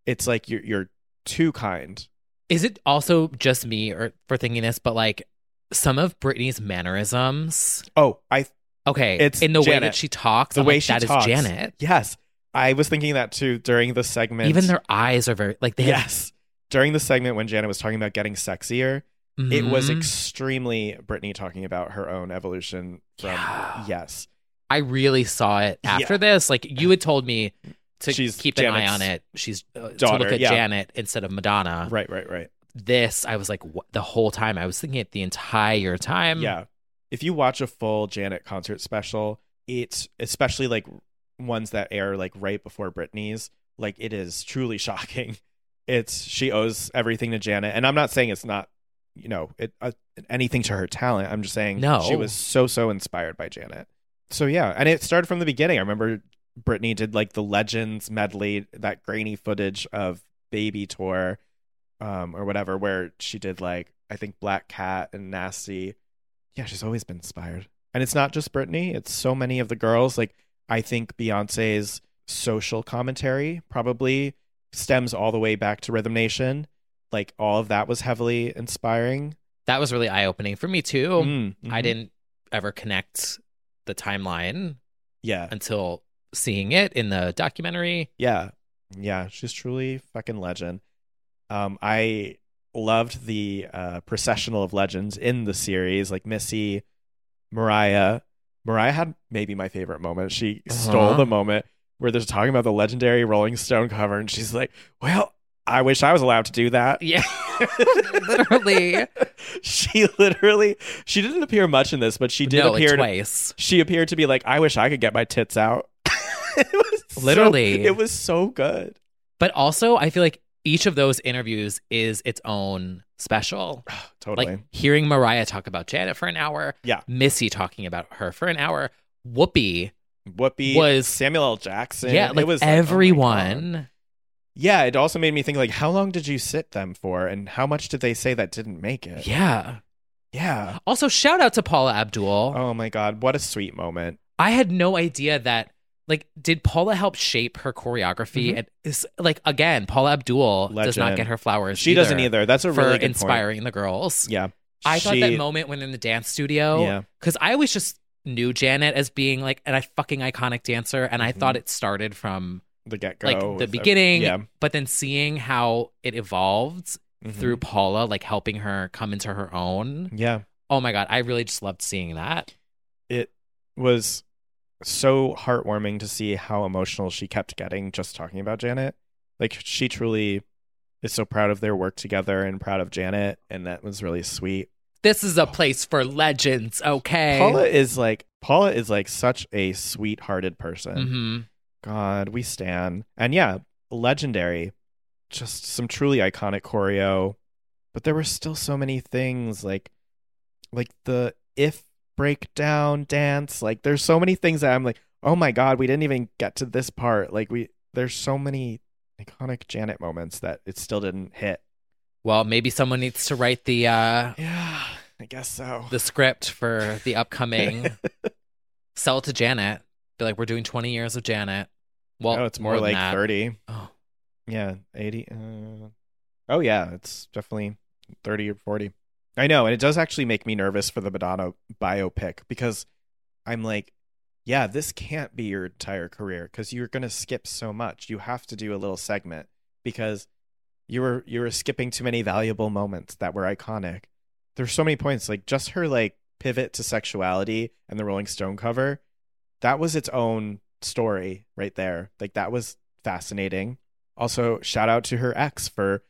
S2: It's like you're you're too kind.
S1: Is it also just me or for thinking this, but like some of Britney's mannerisms?
S2: Oh, I
S1: okay.
S2: It's
S1: in the way
S2: Janet.
S1: that she talks.
S2: The
S1: I'm
S2: way
S1: like,
S2: she
S1: that is
S2: talks.
S1: Janet.
S2: Yes. I was thinking that too during the segment.
S1: Even their eyes are very like they have
S2: Yes. During the segment when Janet was talking about getting sexier, it was
S1: Mhm.
S2: extremely Brittany talking about her own evolution from yes.
S1: I really saw it after this. Like you had told me to
S2: She's
S1: keep an eye
S2: Janet's
S1: on it. She's uh, to
S2: daughter,
S1: look at
S2: yeah.
S1: Janet instead of Madonna.
S2: Right, right, right.
S1: This I was like what, the whole time. I was thinking it the entire time.
S2: Yeah. If you watch a full Janet concert special, it's especially like ones that air like right before Britney's, like it is truly shocking. It's she owes everything to Janet, and I'm not saying it's not, you know, it uh, anything to her talent. I'm just saying
S1: No.
S2: she was so so inspired by Janet. So yeah, and it started from the beginning. I remember Britney did like the Legends medley, that grainy footage of Baby Tour, um, or whatever, where she did like I think Black Cat and Nasty. Yeah, she's always been inspired, and it's not just Britney; it's so many of the girls. Like I think Beyonce's social commentary probably stems all the way back to Rhythm Nation. Like all of that was heavily inspiring.
S1: That was really eye opening for me too.
S2: Mm,
S1: Oh, I
S2: mhm.
S1: didn't ever connect the timeline
S2: Yeah,
S1: until seeing it in the documentary.
S2: Yeah. Yeah. She's truly fucking legend. Um, I loved the uh, processional of legends in the series, like Missy, Mariah. Mariah had maybe my favorite moment. She stole
S1: Uh-huh.
S2: the moment where they're talking about the legendary Rolling Stone cover, and she's like, Well, I wish I was allowed to do that.
S1: Yeah. Literally.
S2: she literally she didn't appear much in this, but she did
S1: No, like
S2: appear to-
S1: twice.
S2: she appeared to be like, I wish I could get my tits out. So-
S1: Literally.
S2: it was so good.
S1: But also, I feel like each of those interviews is its own special.
S2: Totally.
S1: Like hearing Mariah talk about Janet for an hour,
S2: Yeah.
S1: Missy talking about her for an hour, Whoopi.
S2: Whoopi
S1: was-
S2: Samuel L. Jackson.
S1: Yeah, like
S2: it was like, oh my God.
S1: everyone.
S2: yeah, it also made me think like, how long did you sit them for, and how much did they say that didn't make it?
S1: yeah.
S2: yeah.
S1: Also, shout out to Paula Abdul.
S2: Oh my God, what a sweet moment.
S1: I had no idea that. Like, did Paula help shape her choreography?
S2: Mhm.
S1: And is like again, Paula Abdul does not
S2: Legend.
S1: get her flowers.
S2: She doesn't either. That's a
S1: for
S2: really good point.
S1: inspiring the girls.
S2: Yeah,
S1: I thought that
S2: She-
S1: moment when in the dance studio,
S2: Yeah.
S1: because I always just knew Janet as being like an I fucking iconic dancer, and I
S2: Mm-hmm.
S1: thought it started from
S2: the get go,
S1: like the beginning,
S2: yeah,
S1: but then seeing how it evolved
S2: Mhm.
S1: through Paula, like helping her come into her own.
S2: yeah.
S1: Oh my god, I really just loved seeing that.
S2: It was so heartwarming to see how emotional she kept getting just talking about Janet. Like she truly is so proud of their work together and proud of Janet, and that was really sweet.
S1: This is a place for legends, okay?
S2: Oh. Paula is like Paula is like such a sweet-hearted person.
S1: hmm
S2: God, we stan. And yeah, legendary. Just some truly iconic choreo. But there were still so many things like like the if breakdown dance. Like there's so many things that I'm like, oh my god, we didn't even get to this part. Like we there's so many iconic Janet moments that it still didn't hit.
S1: Well, maybe someone needs to write the uh
S2: Yeah, I guess so.
S1: the script for the upcoming sell it to Janet. Be like, we're doing 20 years of Janet. Well,
S2: no, Oh, it's more,
S1: than
S2: like
S1: that.
S2: 30.
S1: Oh.
S2: Yeah, 80. Uh, oh, yeah, it's definitely 30 or 40. I know. And it does actually make me nervous for the Madonna biopic because I'm like, yeah, this can't be your entire career because you're going to skip so much. You have to do a little segment because you were you were skipping too many valuable moments that were iconic. There's so many points like just her like pivot to sexuality and the Rolling Stone cover. That was its own story right there. Like that was fascinating. Also, shout out to her ex for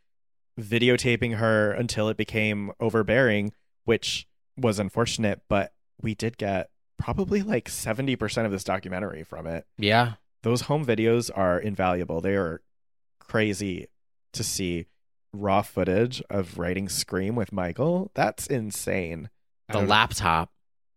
S2: videotaping her until it became overbearing, which was unfortunate, but we did get probably like 70% of this documentary from it.
S1: Yeah.
S2: Those home videos are invaluable. They are crazy to see raw footage of writing Scream with Michael. That's insane. I
S1: The
S2: don't-
S1: laptop.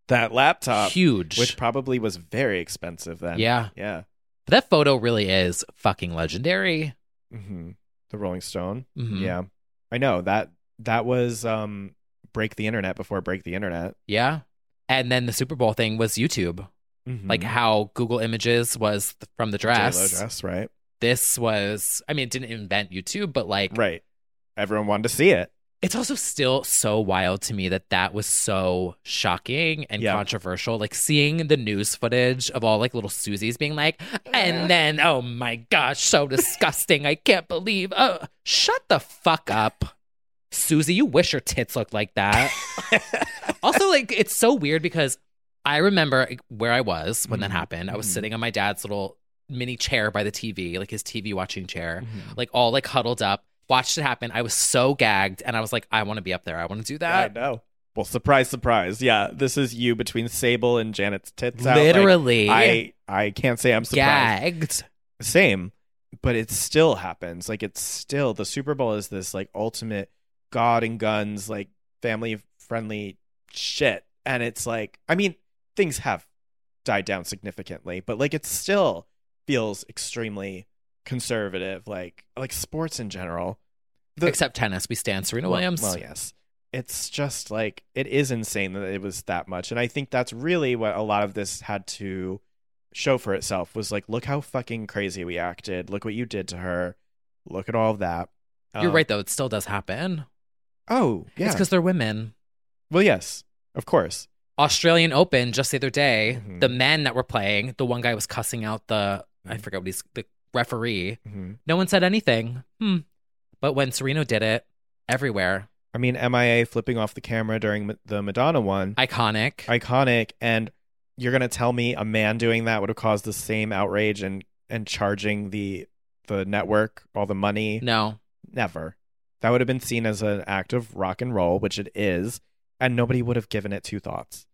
S2: that laptop
S1: Huge.
S2: which probably was very expensive then.
S1: Yeah.
S2: Yeah.
S1: But that photo really is fucking legendary.
S2: hmm The Rolling Stone.
S1: Mhm.
S2: Yeah, I know that that was um break the internet before break the internet.
S1: Yeah. And then the Super Bowl thing was YouTube. Like
S2: Mhm.
S1: how Google Images was th- from the dress.
S2: JLo dress, right?
S1: This was, I mean, it didn't invent YouTube, but like,
S2: Right. Everyone wanted to see it.
S1: it's also still so wild to me that that was so shocking and
S2: Yeah.
S1: controversial. Like seeing the news footage of all like little Susies being like, and then oh my gosh, so disgusting! I can't believe. Oh, shut the fuck up, Mm-hmm. Susie. You wish your tits looked like that. also, like it's so weird because I remember where I was when that
S2: Mm-hmm.
S1: happened. I was sitting on my dad's little mini chair by the TV, like his TV watching chair,
S2: Mm-hmm.
S1: like all like huddled up, watched it happen. I was so gagged and I was like, I want to be up there. I want to do that.
S2: I know. Well, surprise, surprise. Yeah, this is you between Sable and Janet's tits out. Like,
S1: Literally.
S2: I I can't say I'm surprised.
S1: Gagged.
S2: Same, but it still happens. Like it's still the Super Bowl is this like ultimate God and guns like family friendly shit, and it's like I mean things have died down significantly, but like it still feels extremely conservative. Like like sports in general. The-
S1: Except tennis. We stand Serena
S2: well-
S1: Williams.
S2: Well, yes. It's just like it is insane that it was that much. And I think that's really what a lot of this had to show for itself was like, look how fucking crazy we acted. Look what you did to her. Look at all of that.
S1: You're
S2: Um,
S1: right, though. It still does happen.
S2: Oh, yeah.
S1: It's because they're women.
S2: well, yes, of course.
S1: Australian Open just the other day, the
S2: Mm-hmm.
S1: men that were playing, the one guy was cussing out the I forget what he's the referee.
S2: Mhm.
S1: No one said anything. Hmm. But when Serena did it, everywhere
S2: I mean, MIA flipping off the camera during Ma- the Madonna one,
S1: iconic.
S2: iconic. And you're gonna tell me a man doing that would have caused the same outrage and and charging the the network all the money?
S1: No,
S2: Never. That would have been seen as an act of rock and roll, which it is, and nobody would have given it two thoughts.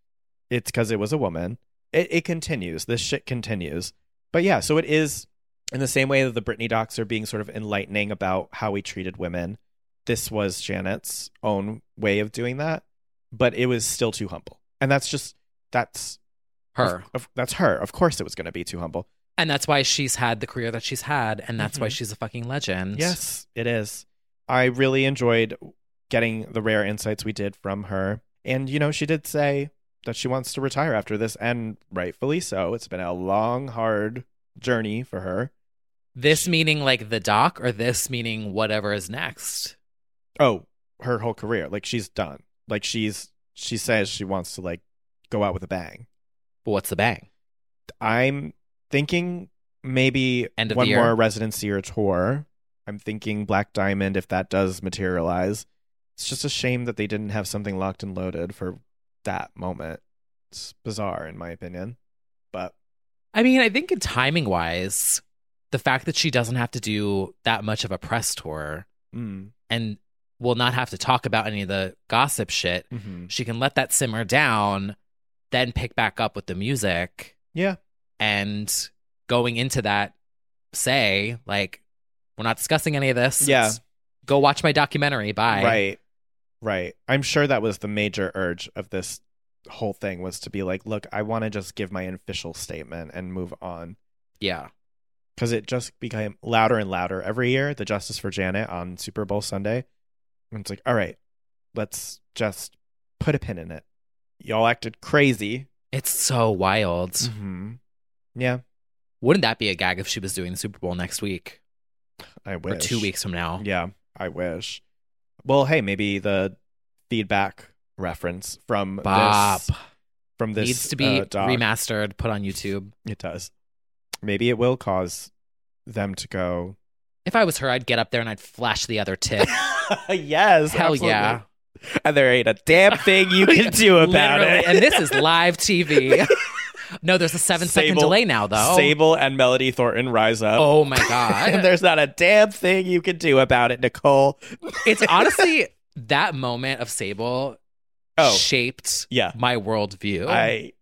S2: It's because it was a woman. It, it continues. This shit continues. But yeah, so it is in the same way that the Britney docs are being sort of enlightening about how we treated women. This was Janet's own way of doing that, but it was still too humble. And that's just, that's
S1: her.
S2: Of, of- that's her. Of course it was going to be too humble.
S1: And that's why she's had the career that she's had, and that's why
S2: Mhm.
S1: she's a fucking legend.
S2: Yes, it is. I really enjoyed getting the rare insights we did from her. And, you know, she did say that she wants to retire after this, and rightfully so. It's been a long, hard journey for her.
S1: This meaning like the doc, or this meaning whatever is next.
S2: Oh, her whole career. Like, she's done. Like, she's, she says she wants to, like, go out with a bang.
S1: But what's the bang?
S2: I'm thinking maybe
S1: End of the
S2: one
S1: year?
S2: more residency or tour. I'm thinking Black Diamond if that does materialize. It's just a shame that they didn't have something locked and loaded for that moment. It's bizarre in my opinion. But
S1: I mean, I think in timing wise, the fact that she doesn't have to do that much of a press tour
S2: mm,
S1: and will not have to talk about any of the gossip shit.
S2: mhm.
S1: She can let that simmer down, then pick back up with the music
S2: yeah.
S1: and going into that say like we're not discussing any of this.
S2: Yeah.
S1: It's- Go watch my documentary. Bye.
S2: Right. Right. I'm sure that was the major urge of this whole thing was to be like, look, I want to just give my official statement and move on.
S1: Yeah.
S2: because it just became louder and louder every year. The Justice for Janet on Super Bowl Sunday, and it's like, all right, let's just put a pin in it. Y'all acted crazy.
S1: It's so wild.
S2: Mm-hmm. Yeah,
S1: Wouldn't that be a gag if she was doing the Super Bowl next week
S2: I wish.
S1: or two weeks from now?
S2: Yeah, I wish. Well, hey, maybe the feedback reference from
S1: Bop.
S2: this from this
S1: Needs to be
S2: uh, doc-
S1: remastered, put on YouTube.
S2: It does. Maybe it will cause them to go.
S1: If I was her, I'd get up there and I'd flash the other tip.
S2: yes,
S1: Hell
S2: absolutely.
S1: yeah.
S2: And there ain't a damn thing you can do about
S1: Literally.
S2: it.
S1: And this is live TV. no, there's a seven second
S2: Sable-
S1: delay now, though.
S2: Sable and Melody Thornton rise up.
S1: Oh my
S2: and
S1: God.
S2: there's not a damn thing you can do about it, Nicole.
S1: it's honestly that moment of Sable
S2: Oh.
S1: shaped
S2: Yeah.
S1: my worldview.
S2: I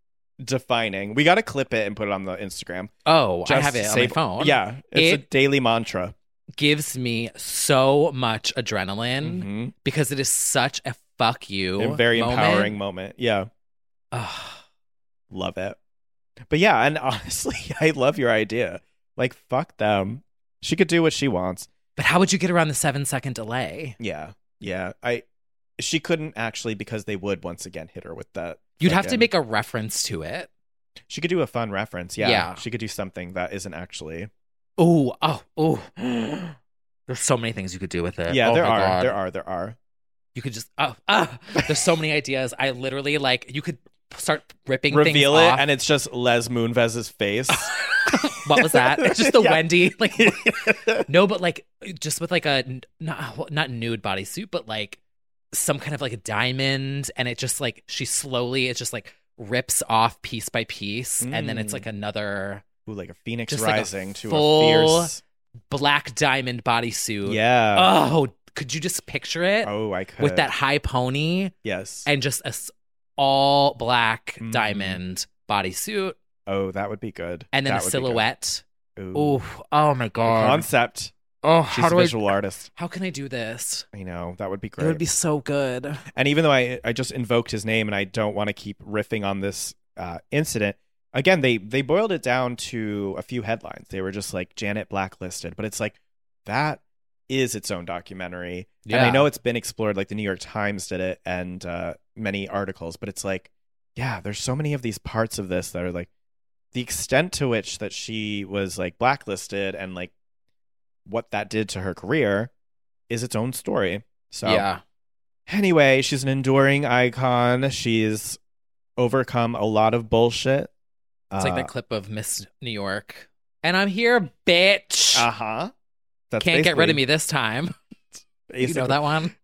S2: defining. We got to clip it and put it on the Instagram.
S1: oh, I
S2: Just
S1: have it on my
S2: Sable-
S1: phone.
S2: Yeah, it's a
S1: It-
S2: daily mantra.
S1: Gives me so much adrenaline
S2: Mhm.
S1: because it is such a fuck you.
S2: A very
S1: Mm-hmm. moment.
S2: empowering moment. Yeah,
S1: Ugh.
S2: love it. But yeah, and honestly, I love your idea. Like fuck them. She could do what she wants.
S1: But how would you get around the seven second delay?
S2: Yeah. Yeah. I she couldn't actually because they would once again hit her with that.
S1: You'd have to
S2: fucking-
S1: make a reference to it.
S2: She could do a fun reference. Yeah.
S1: Yeah.
S2: She could do something that isn't actually.
S1: Oh, oh, oh. There's so many things you could do with it.
S2: Yeah,
S1: Oh
S2: there
S1: my
S2: are.
S1: God.
S2: There are. There are.
S1: You could just oh, ah. There's so many ideas. I literally like you could start ripping
S2: Reveal it,
S1: things off.
S2: and it's just Les Moonves's face.
S1: what was that? It's just the
S2: Yeah.
S1: Wendy. Like no, but like just with like a n- not not nude bodysuit, but like some kind of like a diamond, and it just like she slowly it's just like rips off piece by piece, and then it's like
S2: Mm.
S1: another
S2: Ooh, like a phoenix
S1: just like a
S2: rising to
S1: full
S2: a fierce.
S1: black diamond bodysuit.
S2: Yeah.
S1: Oh, could you just picture it?
S2: Oh, I could.
S1: With that high pony.
S2: Yes.
S1: And just a s- all black
S2: Mm.
S1: diamond bodysuit,
S2: Oh, that would be good.
S1: and then
S2: That
S1: a
S2: would be good.
S1: silhouette.
S2: Ooh.
S1: Ooh. Oh my god.
S2: Concept.
S1: Oh,
S2: She's
S1: how
S2: a
S1: do
S2: visual
S1: I?
S2: artist.
S1: How can I do this?
S2: I know that would be great.
S1: It would be so good.
S2: And even though I, I just invoked his name and I don't want to keep riffing on this uh, incident, again, they, they boiled it down to a few headlines. They were just like Janet blacklisted, but it's like that is its own documentary. And I
S1: Yeah.
S2: know it's been explored, like the New York Times did it and uh, many articles, but it's like, yeah, there's so many of these parts of this that are like the extent to which that she was like blacklisted and like what that did to her career is its own story. So
S1: Yeah.
S2: Anyway, she's an enduring icon. She's overcome a lot of bullshit. uh,
S1: It's like that clip of Miss New York. And I'm here, bitch.
S2: Uh huh.
S1: Can't get rid of me this time. You know that one?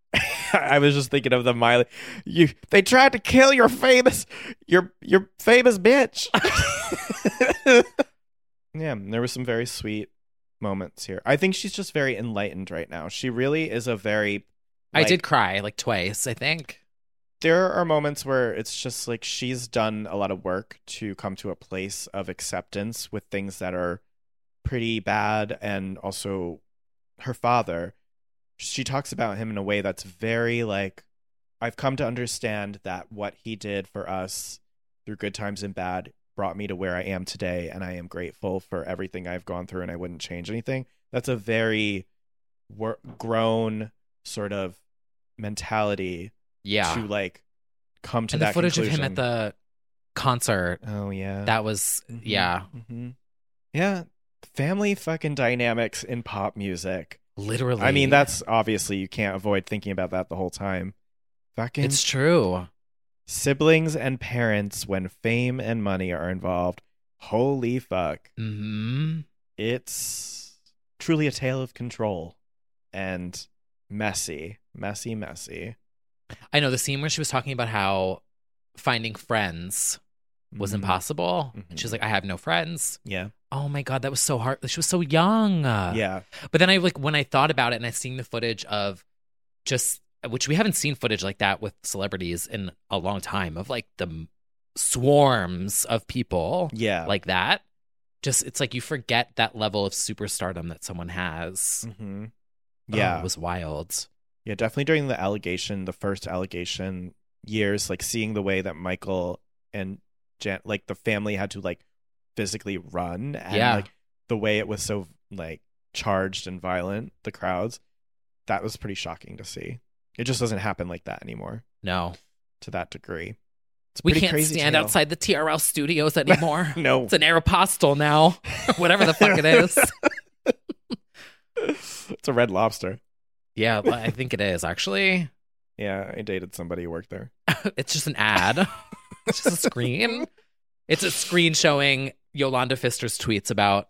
S2: I was just thinking of the Miley. You, they tried to kill your famous, your your famous bitch. yeah, and there were some very sweet moments here. I think she's just very enlightened right now. She really is a very.
S1: I
S2: like,
S1: did cry like twice, I think.
S2: there are moments where it's just like she's done a lot of work to come to a place of acceptance with things that are pretty bad and also her father she talks about him in a way that's very like i've come to understand that what he did for us through good times and bad brought me to where i am today and i am grateful for everything i've gone through and i wouldn't change anything that's a very wor- grown sort of mentality
S1: Yeah.
S2: to like come to
S1: and
S2: that
S1: the footage
S2: conclusion.
S1: of him at the concert.
S2: Oh yeah.
S1: That was yeah.
S2: hmm yeah family fucking dynamics in pop music.
S1: Literally.
S2: I mean, that's obviously you can't avoid thinking about that the whole time. Fucking
S1: it's true.
S2: siblings and parents when fame and money are involved. Holy fuck.
S1: hmm
S2: It's truly a tale of control and messy, messy, messy.
S1: I know the scene where she was talking about how finding friends was
S2: Mhm.
S1: impossible.
S2: Mhm.
S1: And she was like, I have no friends.
S2: Yeah.
S1: Oh my God, that was so hard. She was so young.
S2: yeah.
S1: But then I like when I thought about it and I seen the footage of just which we haven't seen footage like that with celebrities in a long time of like the m- swarms of people
S2: Yeah.
S1: like that. Just it's like you forget that level of superstardom that someone has.
S2: hmm
S1: Oh,
S2: Yeah.
S1: it was wild.
S2: Yeah, definitely during the allegation, the first allegation years, like seeing the way that Michael and Jan, like the family had to like physically run and
S1: Yeah.
S2: like the way it was so like charged and violent, the crowds, that was pretty shocking to see. It just doesn't happen like that anymore
S1: No,
S2: to that degree. It's a
S1: we
S2: pretty
S1: can't
S2: crazy
S1: stand
S2: tale.
S1: outside the TRL studios anymore.
S2: No.
S1: it's an Aeropostale now, whatever the fuck it is.
S2: It's a red lobster.
S1: Yeah, I think it is actually.
S2: Yeah, I dated somebody who worked there.
S1: It's just an ad. it's just a screen. It's a screen showing Yolanda Fister's tweets about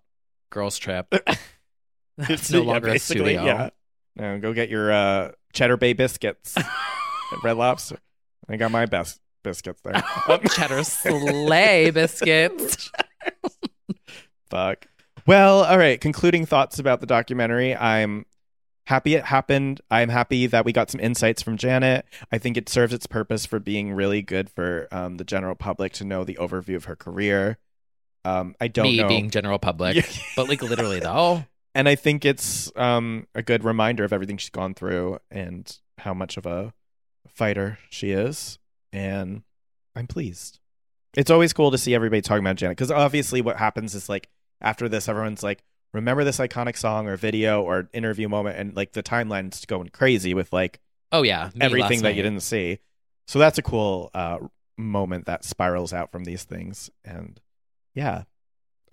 S1: Girls Trip. It's no
S2: Yeah,
S1: longer a
S2: basically,
S1: studio.
S2: Yeah. No, go get your uh, Cheddar Bay biscuits at Red Lobster. I got my best biscuits there. Um,
S1: Oh, Cheddar Slay biscuits.
S2: fuck. Well, all right. Concluding thoughts about the documentary. I'm happy it happened. I'm happy that we got some insights from Janet. I think it serves its purpose for being really good for um, the general public to know the overview of her career. Um, I don't
S1: Me
S2: know.
S1: being general public,
S2: Yeah.
S1: but like literally though.
S2: and I think it's um, a good reminder of everything she's gone through and how much of a fighter she is. And I'm pleased. It's always cool to see everybody talking about Janet because obviously what happens is like after this, everyone's like, remember this iconic song or video or interview moment, and like the timeline's going crazy with like
S1: Oh yeah, me
S2: everything
S1: last
S2: that you
S1: night.
S2: didn't see. So that's a cool uh, moment that spirals out from these things, and yeah,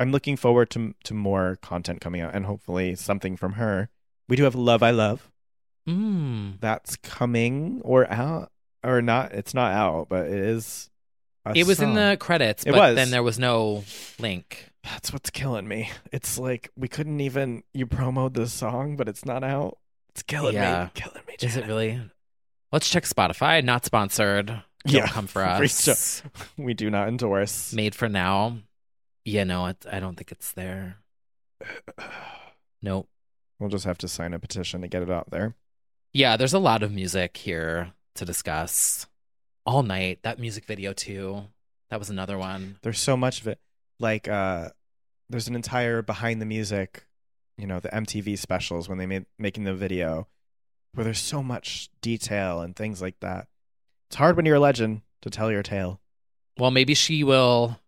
S2: I'm looking forward to to more content coming out, and hopefully something from her. We do have Love I Love
S1: Mm.
S2: that's coming or out or not. It's not out, but it is. a
S1: It was in
S2: song.
S1: the credits,
S2: It
S1: but
S2: was.
S1: then there was no link.
S2: That's what's killing me. It's like we couldn't even you promoed the song, but it's not out. It's killing
S1: Yeah.
S2: me. Killing me.
S1: Is it
S2: Janet.
S1: really? Let's check Spotify. Not sponsored. Don't come for
S2: We,
S1: us.
S2: do, we do not endorse.
S1: Made for now. Yeah, no, it, I don't think it's there. Nope.
S2: We'll just have to sign a petition to get it out there.
S1: Yeah, there's a lot of music here to discuss. All night. That music video too. That was another one.
S2: There's so much of it. Like, uh, there's an entire behind the music, you know, the MTV specials when they made making the video, where there's so much detail and things like that. It's hard when you're a legend to tell your tale.
S1: Well, maybe she will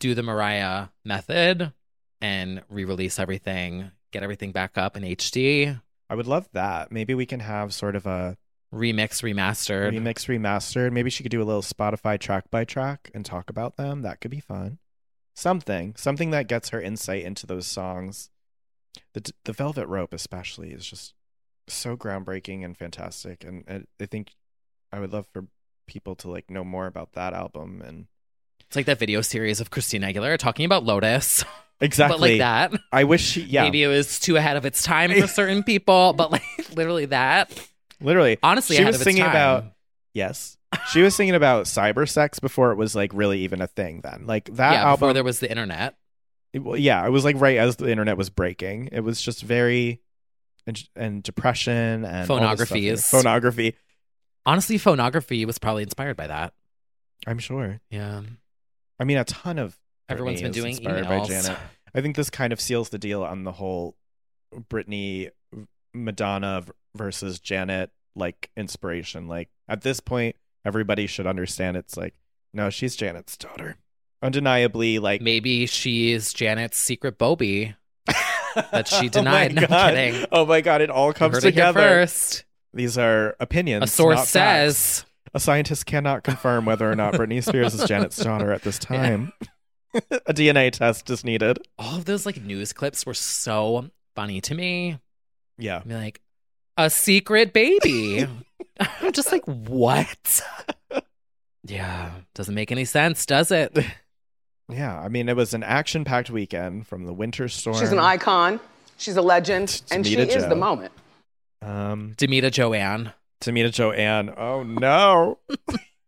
S1: do the Mariah method and re-release everything, get everything back up in HD,
S2: I would love that. Maybe we can have sort of a
S1: remix, remastered.
S2: remix remastered. Maybe she could do a little Spotify track by track and talk about them. That could be fun. Something, something that gets her insight into those songs. The the Velvet Rope especially is just so groundbreaking and fantastic and I, I think I would love for people to like know more about that album and
S1: It's like that video series of Christina Aguilera talking about Lotus.
S2: Exactly.
S1: But like that.
S2: I wish she yeah.
S1: Maybe it was too ahead of its time for certain people, but like literally that.
S2: Literally.
S1: Honestly,
S2: she
S1: ahead of
S2: was
S1: its
S2: thinking
S1: time.
S2: about yes. She was thinking about cyber sex before it was like really even a thing then. Like that
S1: yeah,
S2: album
S1: before there was the internet.
S2: it- well, yeah, it was like right as the internet was breaking. It was just very and, and depression and all this stuff.
S1: Phonographies.
S2: phonography.
S1: Honestly, phonography was probably inspired by that.
S2: I'm sure.
S1: Yeah.
S2: I mean, a ton of
S1: Everyone's
S2: Britney
S1: been
S2: is
S1: doing
S2: inspired
S1: emails.
S2: by Janet. I think this kind of seals the deal on the whole Britney, Madonna v- versus Janet like inspiration. Like at this point, everybody should understand. It's like no, she's Janet's daughter, undeniably. Like
S1: Maybe she's Janet's secret Bobby that she
S2: Oh my
S1: denied. no
S2: God.
S1: kidding.
S2: Oh my god, it all comes
S1: heard it here
S2: together.
S1: first.
S2: These are opinions.
S1: A source
S2: not facts.
S1: says
S2: A scientist cannot confirm whether or not Britney Spears is Janet's daughter at this time. a DNA test is needed.
S1: all of those like news clips were so funny to me.
S2: Yeah.
S1: I'd be like, a secret baby. I'm just like, what? yeah. Doesn't make any sense, does it?
S2: Yeah. I mean, it was an action packed weekend from the winter storm.
S7: She's an icon. She's a legend, and she
S2: Mita
S7: is
S2: Jo.
S7: the moment.
S2: Um,
S1: Demita Joanne.
S2: Tamita Joanne. Oh, no.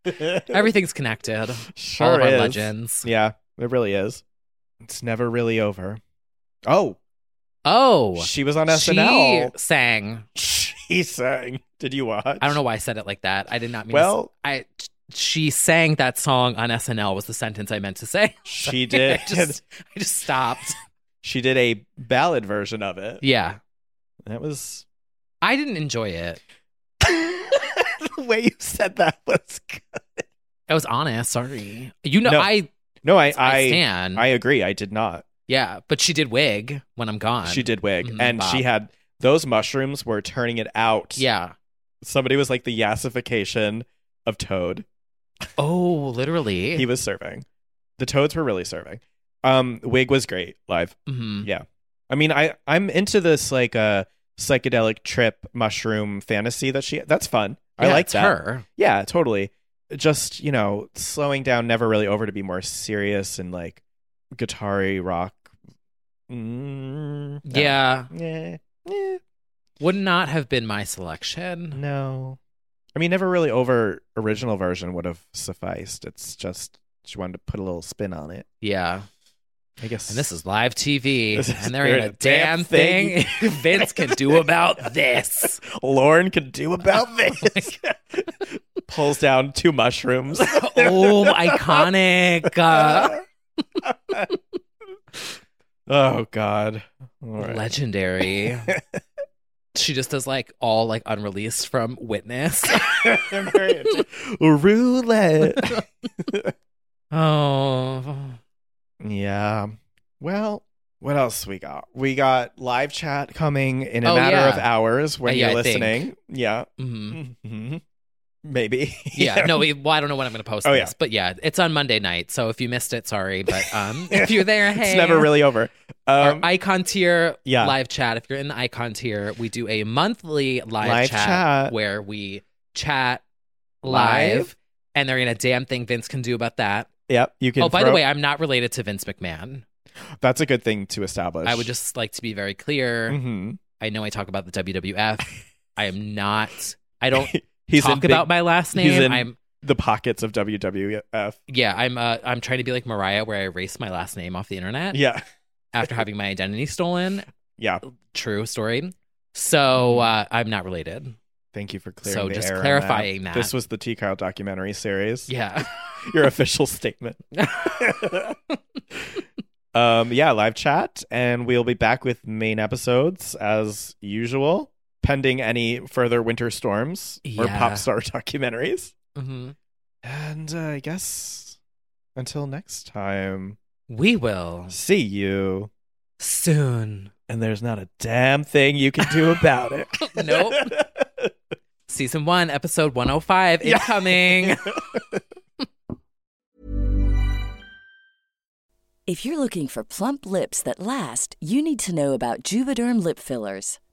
S1: Everything's connected.
S2: Sure
S1: all of our
S2: is.
S1: legends.
S2: Yeah. It really is. It's never really over. Oh,
S1: Oh.
S2: she was on
S1: she
S2: SNL.
S1: sang.
S2: She sang. Did you watch?
S1: I don't know why I said it like that. I did not mean to s-
S2: Well-
S1: I she sang that song on SNL was the sentence I meant to say.
S2: She
S1: I
S2: did.
S1: just, I just stopped.
S2: She did a ballad version of it.
S1: Yeah.
S2: That was
S1: I didn't enjoy it.
S2: the way you said that was good.
S1: I was honest, sorry. You know
S2: No.
S1: I
S2: No, I
S1: I
S2: I,
S1: stand.
S2: I agree. I did not.
S1: yeah, but she did wig when I'm gone.
S2: She did wig,
S1: Mhm,
S2: and she
S1: Bob.
S2: had those mushrooms were turning it out.
S1: Yeah.
S2: somebody was like the yassification of Toad.
S1: Oh, literally.
S2: He was serving. The Toads were really serving. Um, wig was great live.
S1: Mhm.
S2: Yeah, I mean, I I'm into this like uh, psychedelic trip mushroom fantasy that she. That's fun. I
S1: Yeah,
S2: like
S1: it's
S2: that.
S1: her.
S2: Yeah, totally. Just, you know, slowing down never really over to be more serious and like guitar rock. Mm, no.
S1: Yeah.
S2: Yeah. Eh,
S1: Would not have been my selection.
S2: No. I mean, never really over original version would have sufficed. It's just she wanted to put a little spin on it.
S1: Yeah.
S2: I guess.
S1: And this is live TV.
S2: This is-
S1: and there ain't a damn, thing Vince can do about this.
S2: Lauren can do
S1: Oh
S2: about this. Pulls down two mushrooms.
S1: Oh, iconic. Uh,
S2: oh, God. All right.
S1: Legendary. she just does like all like unreleased from Witness.
S2: Roulette.
S1: oh.
S2: yeah. Well, what else we got? We got live chat coming in a
S1: Oh,
S2: matter
S1: yeah.
S2: of hours when
S1: Uh, yeah,
S2: you're
S1: I think.
S2: listening. Yeah.
S1: Mhm.
S2: Mhm. Maybe.
S1: Yeah, no, we- well, I don't know when I'm going to post
S2: Oh,
S1: this,
S2: yeah.
S1: but yeah, it's on Monday night. So if you missed it, sorry. But um, if you're there, hey.
S2: It's never really over.
S1: Our
S2: Um,
S1: icon tier
S2: yeah.
S1: live chat. If you're in the icon tier, we do a monthly live,
S2: Live chat.
S1: where we chat live,
S2: Live?
S1: and there ain't a damn thing Vince can do about that.
S2: yep. You can.
S1: Oh, by the
S2: throw-
S1: way, I'm not related to Vince McMahon.
S2: that's a good thing to establish.
S1: I would just like to be very clear.
S2: Mhm.
S1: I know I talk about the WWF. I am not. I don't
S2: He's in
S1: talk
S2: big-
S1: about my last name.
S2: He's in
S1: I'm
S2: the pockets of WWF.
S1: Yeah, I'm uh, I'm trying to be like Mariah, where I erased my last name off the internet.
S2: Yeah.
S1: after having my identity stolen.
S2: Yeah.
S1: True story. So uh,
S2: Mm-hmm.
S1: I'm not related.
S2: Thank you for clearing.
S1: So
S2: the
S1: just
S2: air on
S1: clarifying that.
S2: this was the T Kyle documentary series.
S1: Yeah.
S2: your official statement. um, yeah, live chat, and we'll be back with main episodes as usual, pending any further winter storms or
S1: Yeah.
S2: pop star documentaries.
S1: hmm
S2: And uh, I guess until next time,
S1: we will
S2: see you
S1: soon.
S2: And there's not a damn thing you can do about it.
S1: Nope. Season one, episode 105,
S2: Yeah.
S1: incoming.
S10: If you're looking for plump lips that last, you need to know about Juvederm lip fillers.